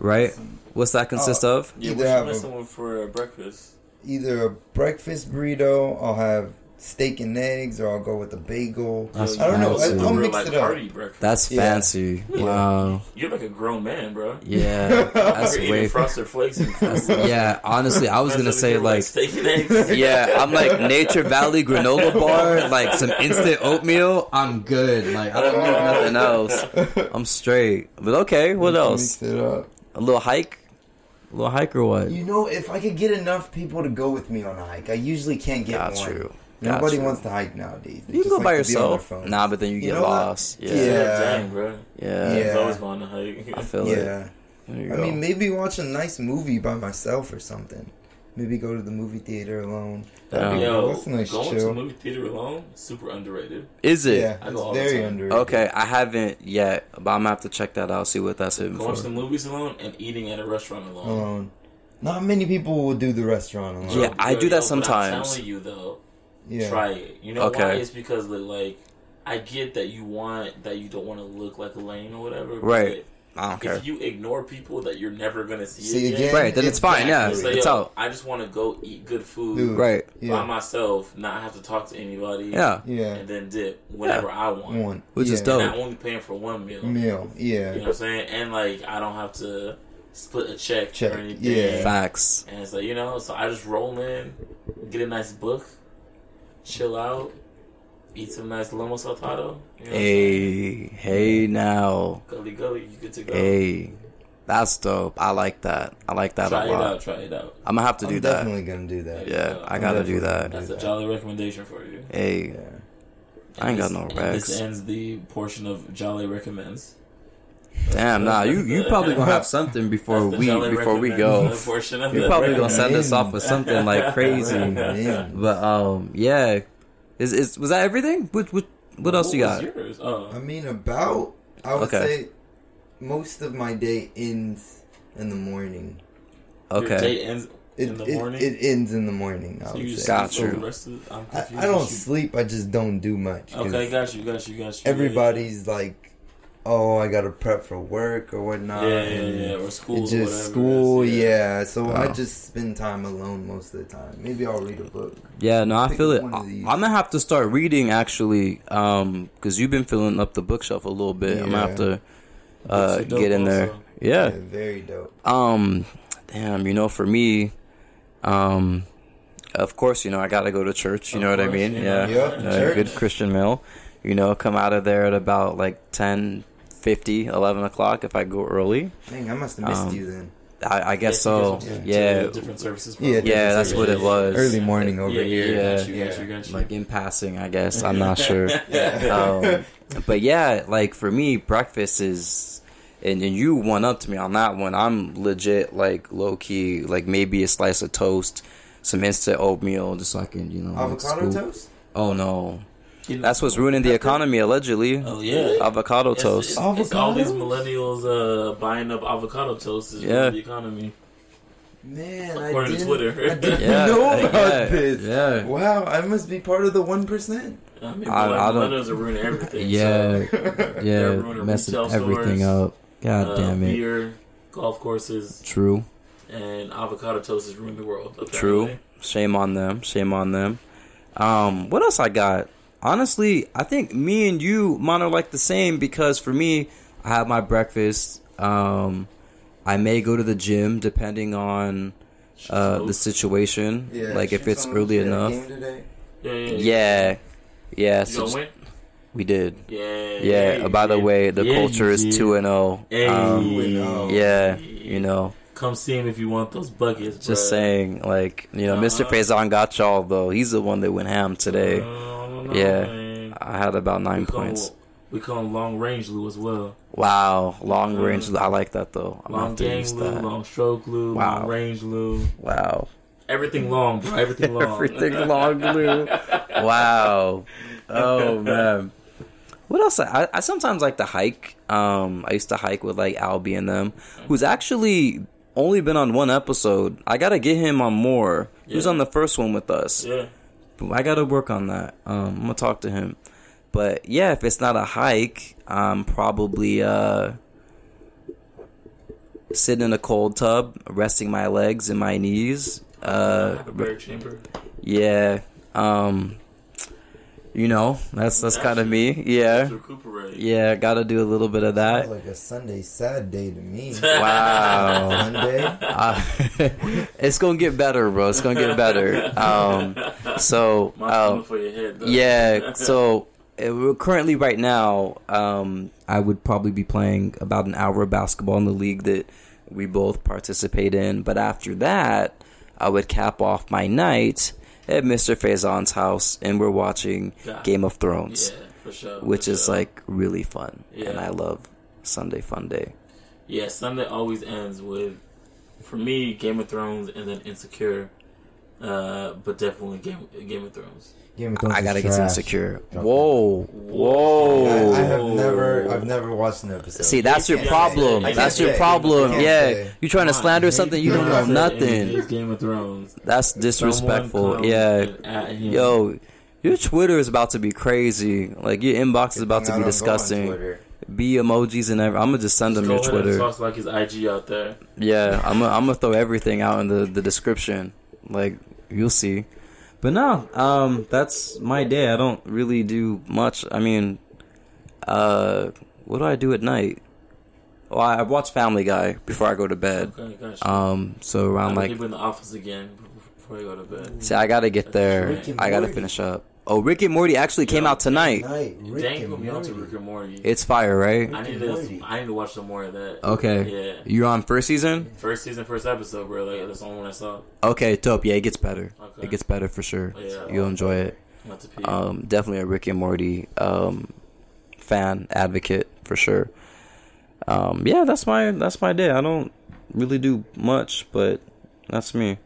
right? What's that consist of?
Yeah,
Either
what you
have a-
missing one for breakfast?
Either a breakfast burrito, I'll have steak and eggs, or I'll go with a bagel.
That's
I don't know.
fancy.
I, I'll
Real,
mix
like,
it up.
Party breakfast.
That's
Yeah.
fancy. Wow.
You're like a grown man, bro.
Yeah, that's
You're eating
way.
Frosted Flakes. And
Yeah, honestly, I was gonna say like.
steak and eggs.
Yeah, I'm like Nature Valley granola bar, like some instant oatmeal. I'm good. Like I don't need nothing else. I'm straight. But okay, what else?
Mix it up.
A little hike? A little hike or what?
You know, if I could get enough people to go with me on a hike, I usually can't get
Got
one.
you. Got
Nobody
you.
wants to hike nowadays. They
You can
just
go by
like to be on their
yourself.
phones.
Nah, but then you, get
know what?
lost. Yeah.
Yeah,
Yeah.
Yeah.
dang, bro.
Yeah.
He's always going to hike.
I feel it.
yeah.
There you
I
go.
mean, maybe watch a nice movie by myself or something. Maybe go to the movie theater alone.
That'd be-
Yo,
that's a nice
going to
chill.
a movie theater alone, super underrated.
Is it?
Yeah,
I go
it's
all the
very
time.
underrated.
Okay, I haven't yet, but I'm gonna have to check that out, see what that's hitting
Going to the
for.
movies alone and eating at a restaurant alone.
Alone. Not many people will do the restaurant alone.
Yeah, I do
Yo,
that
yo, but I'm
sometimes.
telling you though,
Yeah.
try it. You know why?
Okay.
It's because like, like I get that you want that you don't want to look like a lame or whatever. but
Right. I don't care.
If you ignore people that you're never gonna see,
See
again,
again.
Right, then it's fine, yeah.
It's
Exactly.
like,
It's
yo,
out.
I just want to go eat good food
Dude.
Right.
by
Yeah.
myself, not have to talk to anybody.
Yeah. Oh.
Yeah.
And then dip whenever I want.
One.
Which is
Yeah.
dope.
And I'm only paying for one meal.
Meal.
You know
Yeah.
what I'm saying? And like I don't have to split a check,
Check,
or anything.
yeah.
Facts.
And it's like, you know, so I just roll in, get a nice book, chill out, eat some nice lomo saltado. You know what I'm saying?
Hey, hey now.
Gully gully, you good to go.
Hey, that's dope. I like that. I like that
try
a
it out,
lot.
try it out.
I'm gonna have to
I'm
do that.
definitely gonna do that.
Yeah, I gotta do that.
definitely
That's a jolly recommendation for you.
Hey,
Yeah.
I ain't got
This-
no
and This
racks.
ends the portion of Jolly Recommends.
Damn, nah, you you probably gonna have something before
That's the
we
Jolly
before we go.
Recommends Portion of
You're
the
probably gonna
recommend.
send us off with something like crazy.
Man.
But um, yeah, is is was that everything? What what what else
What
you
was
got?
yours? Oh.
I mean, about I would
Okay.
say most of my day ends in the morning.
Your
Okay,
day ends
It,
in the
it,
morning.
it ends in the morning. I
so
would
you
say.
just
Got
sleep for
you.
the rest of the- I'm
I,
confused.
I don't
You-
sleep. I just don't do much. 'cause
Okay, got you, got you, got you.
everybody's like, "Oh, I gotta prep for work or
Yeah,
whatnot."
yeah, yeah,
and
yeah, or school,
it's
or
just
whatever it
school,
is,
yeah. So I
Oh.
just spend time alone most of the time. Maybe I'll read a book.
yeah, no, I
Pick
feel it.
one
I,
of these.
I'm gonna have to start reading actually, um, because you've been filling up the bookshelf a little bit. I'm gonna have to uh
Books are dope
get in there.
also.
Yeah,
Yeah, very dope.
Um, damn, you know, for me, um, of course, you know, I gotta go to church. You
Of
know what I
course,
mean?
yeah.
Yeah,
Yeah,
Yeah,
church.
good Christian meal. You know, come out of there at about like 10, 11 o'clock if I go early.
Dang, I must have missed
Um,
you then.
I, I
Yeah,
guess so.
because of
Yeah,
different services.
Yeah,
probably.
yeah, that's what it was.
Early morning
Yeah, yeah,
over here.
yeah.
Yeah.
Got you, got
Yeah.
you, got you.
like in passing, I guess. I'm not sure.
yeah.
um, but yeah, like for me, breakfast is, and, and you went up to me on that one. I'm legit like low key, like maybe a slice of toast, some instant oatmeal, just so I can you know like,
Avocado
scoop-
toast.
Oh no, That's what's ruining the economy, allegedly.
Oh yeah.
Avocado
It's-
toast.
It's, it's all these
Avocados?
millennials uh, buying up avocado toast is
Yeah.
yeah. the economy.
Man, I
According to
didn't,
Twitter.
I didn't
Yeah,
know
I-
about
yeah,
this.
yeah.
Wow, I must be part of the one percent.
I mean,
I-
like,
I don't-
millennials are ruining everything. so,
Yeah, yeah,
They're ruining
messing
retail
everything
stores,
up. God
uh,
damn it.
Beer, golf courses,
True.
and avocado toast is ruining the world. Apparently.
True. Shame on them. Shame on them. Um, what else I got? Honestly, I think me and you, Mono, like the same because for me, I have my breakfast. Um, I may go to the gym depending on uh, the situation. like if
she
it's
told
early
me she had a
enough.
game today.
Yeah. Yeah. yeah.
Yeah, yeah.
You
so
gonna
just-
win?
we did.
Yeah.
Yeah.
you
by the
did.
way, the
Yeah, you
culture is
did.
two and zero.
Hey.
Um,
Oh.
yeah, you know.
Come see him if you want those buckets.
Just
bruh.
saying, like you know, Mr.
Uh-huh.
Faison got y'all though. He's the one that went ham today.
Uh, I don't know,
Yeah.
man.
I had about nine
we call,
points.
We call him long range Lou as well.
Wow, long
Uh,
range. I like that though. I'm gonna
Long
have to
game
use
Lou,
that.
long stroke Lou,
Wow.
long range Lou.
Wow,
Everything long, bro. Everything long.
everything long blue. Wow. Oh man. What else? I, I, I sometimes like to hike. Um, I used to hike with like Albie and them, who's actually only been on one episode. I gotta get him on more. He was
Yeah.
on the first one with us.
Yeah.
I gotta work on that. Um, I'm gonna talk to him. But yeah, if it's not a hike, I'm probably uh, sitting in a cold tub, resting my legs and my knees. Uh,
Like a bear chamber.
yeah, um, you know, that's that's kind of me.
Just
Yeah,
recuperate.
yeah, gotta do a little bit of
Sounds
that.
like a Sunday sad day to me.
Wow.
Monday.
Uh, it's gonna get better, bro. It's gonna get better. Um, so
Mine's coming
um,
for your head, though.
Yeah, so uh, we're currently right now, um, I would probably be playing about an hour of basketball in the league that we both participate in. But after that, I would cap off my night at Mr. Faison's house, and we're watching
Yeah.
Game of
yeah,
Thrones,
for sure. for
which is
sure.
like really fun, and
Yeah.
I love Sunday Fun Day.
yeah, Sunday always ends with, for me, Game of Thrones and then Insecure, uh, but definitely Game Game of Thrones.
Game of Thrones
I gotta
is
get
trash.
insecure.
Drop
Whoa,
I,
whoa.
I have never, I've never watched an episode.
See, that's your
can't
problem.
say. I
That's
can't
your
say.
problem.
I can't
Yeah,
say.
you trying to
Come on,
slander
you
something you don't
can't
know
say.
nothing.
It's Game of Thrones.
That's
Someone
disrespectful.
comes
Yeah,
and at him.
yo, your Twitter is about to be crazy. Like your inbox is about to be
I don't go on
disgusting.
Twitter.
Be emojis and everything. I'm gonna just send them
Go
your
ahead and
Twitter.
toss like his IG out there.
Yeah, I'm gonna I'm gonna throw everything out in the the description. Like you'll see. But no, um, that's my day. I don't really do much. I mean, uh, what do I do at night? Well, I I watch Family Guy before I go to bed.
Okay, gotcha.
Uh, Um, so around like,
people in the office again before you go to bed.
see, I gotta get there.
Rick and
I gotta
Morty.
finish up. Oh, Rick and Morty actually came out tonight.
Night, Rick
Dang,
and
put me on to
Morty.
Rick and Morty.
It's fire, right?
I need
and
to.
Morty.
I need to watch some more of that.
Okay,
Yeah.
you're on first season.
First season, first episode, bro. Like that's the only one I saw.
Okay, dope. Yeah, it gets better.
Okay.
It gets better for sure.
Yeah.
You'll enjoy it.
Not to pee.
um, definitely a Rick and Morty um, fan advocate for sure. Um, yeah, that's my that's my day. I don't really do much, but that's me.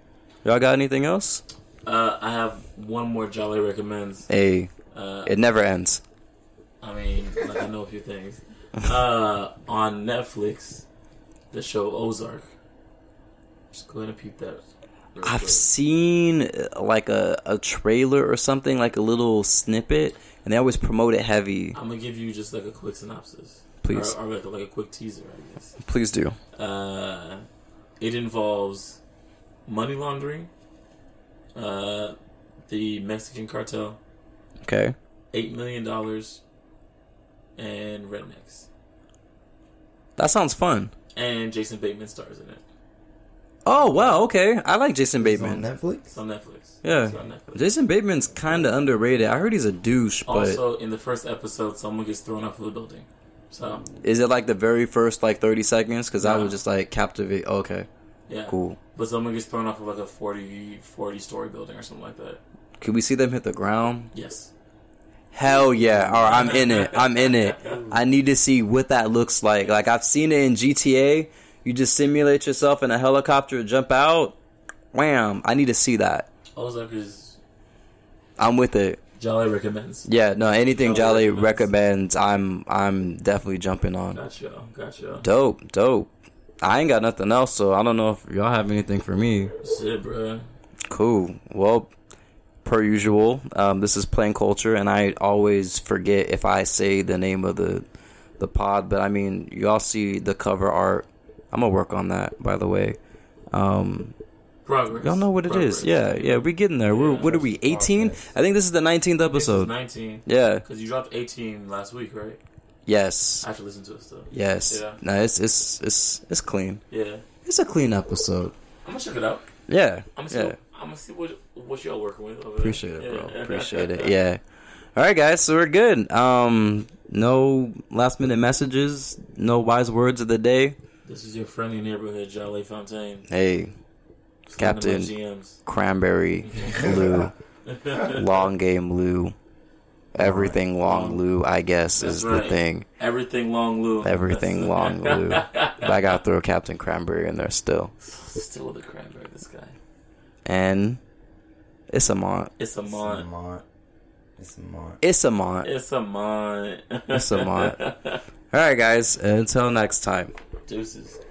Y'all got anything else?
uh, I have one more Jolly recommends.
Hey,
Uh,
it never ends.
I mean, like I know a few things. Uh, on Netflix, the show Ozark. Just go ahead and peep that. real
I've
quick.
seen uh, like a, a trailer or something, like a little snippet, and they always promote it heavy.
I'm gonna give you just like a quick synopsis,
Please.
or, or like, like a quick teaser, I guess.
Please do.
Uh, it involves money laundering, uh, the Mexican cartel,
Okay.
eight million dollars, and rednecks.
That sounds fun.
And Jason Bateman stars in it.
Oh wow, okay. I like Jason
It's on
Bateman.
Netflix.
It's on Netflix.
Yeah.
It's on Netflix.
Jason Bateman's kind of underrated. I heard he's a douche, but
also, in the first episode, someone gets thrown off of a building. So
Is it like the very first like thirty seconds? Because I
No.
was just like captivate. Okay,
yeah,
cool.
But someone gets thrown off of like a 40, 40 story building or something like that.
Could we see them hit the ground?
Yes.
Hell yeah! Or I'm in it. I'm in it. I need to see what that looks like. Like I've seen it in GTA. You just simulate yourself in a helicopter, jump out, wham! I need to see that.
Ozark is
I'm with it.
Jolly recommends.
Yeah, no, anything
Jolly
Jolly,
recommends.
recommends, I'm I'm definitely jumping on.
Gotcha, gotcha.
Dope, dope. I ain't got nothing else, so I don't know if y'all have anything for me.
Shit, bruh.
Cool. Well, per usual, um, this is Plain Culture, and I always forget if I say the name of the the pod. But I mean, y'all see the cover art. I'm gonna work on that, by the way. Um,
Progress.
y'all know what it is.
Progress.
Yeah, yeah, we're getting there. We're
Yeah.
what are we? 18? I think this is the 19th
This is
episode.
19.
Yeah.
Because you dropped 18 last week, right?
Yes.
I have to listen to it still.
Yes.
Yeah.
No, it's it's it's it's clean.
Yeah.
It's a clean episode.
I'm going to check it out.
Yeah.
I'm going
Yeah.
to I'm see what, what y'all working with. Over there.
Appreciate it, bro.
Yeah.
Appreciate it. Yeah. All right, guys. So we're good. Um, no last minute messages. No wise words of the day.
This is your friendly neighborhood, Jolly Fontaine.
Hey,
Slinging them GMs.
cranberry, Lou, long game, Lou. Everything long, Lou. I guess
That's
is
right.
the thing.
Everything long Lou.
Everything long, Lou. But I gotta throw Captain Cranberry in there still.
Still with the cranberry, this guy.
And it's a mont.
It's a
It's a
mon.
mont. It's a mont.
It's a mont.
It's a mon.
It's a mont. All right, guys. Until next time.
Deuces.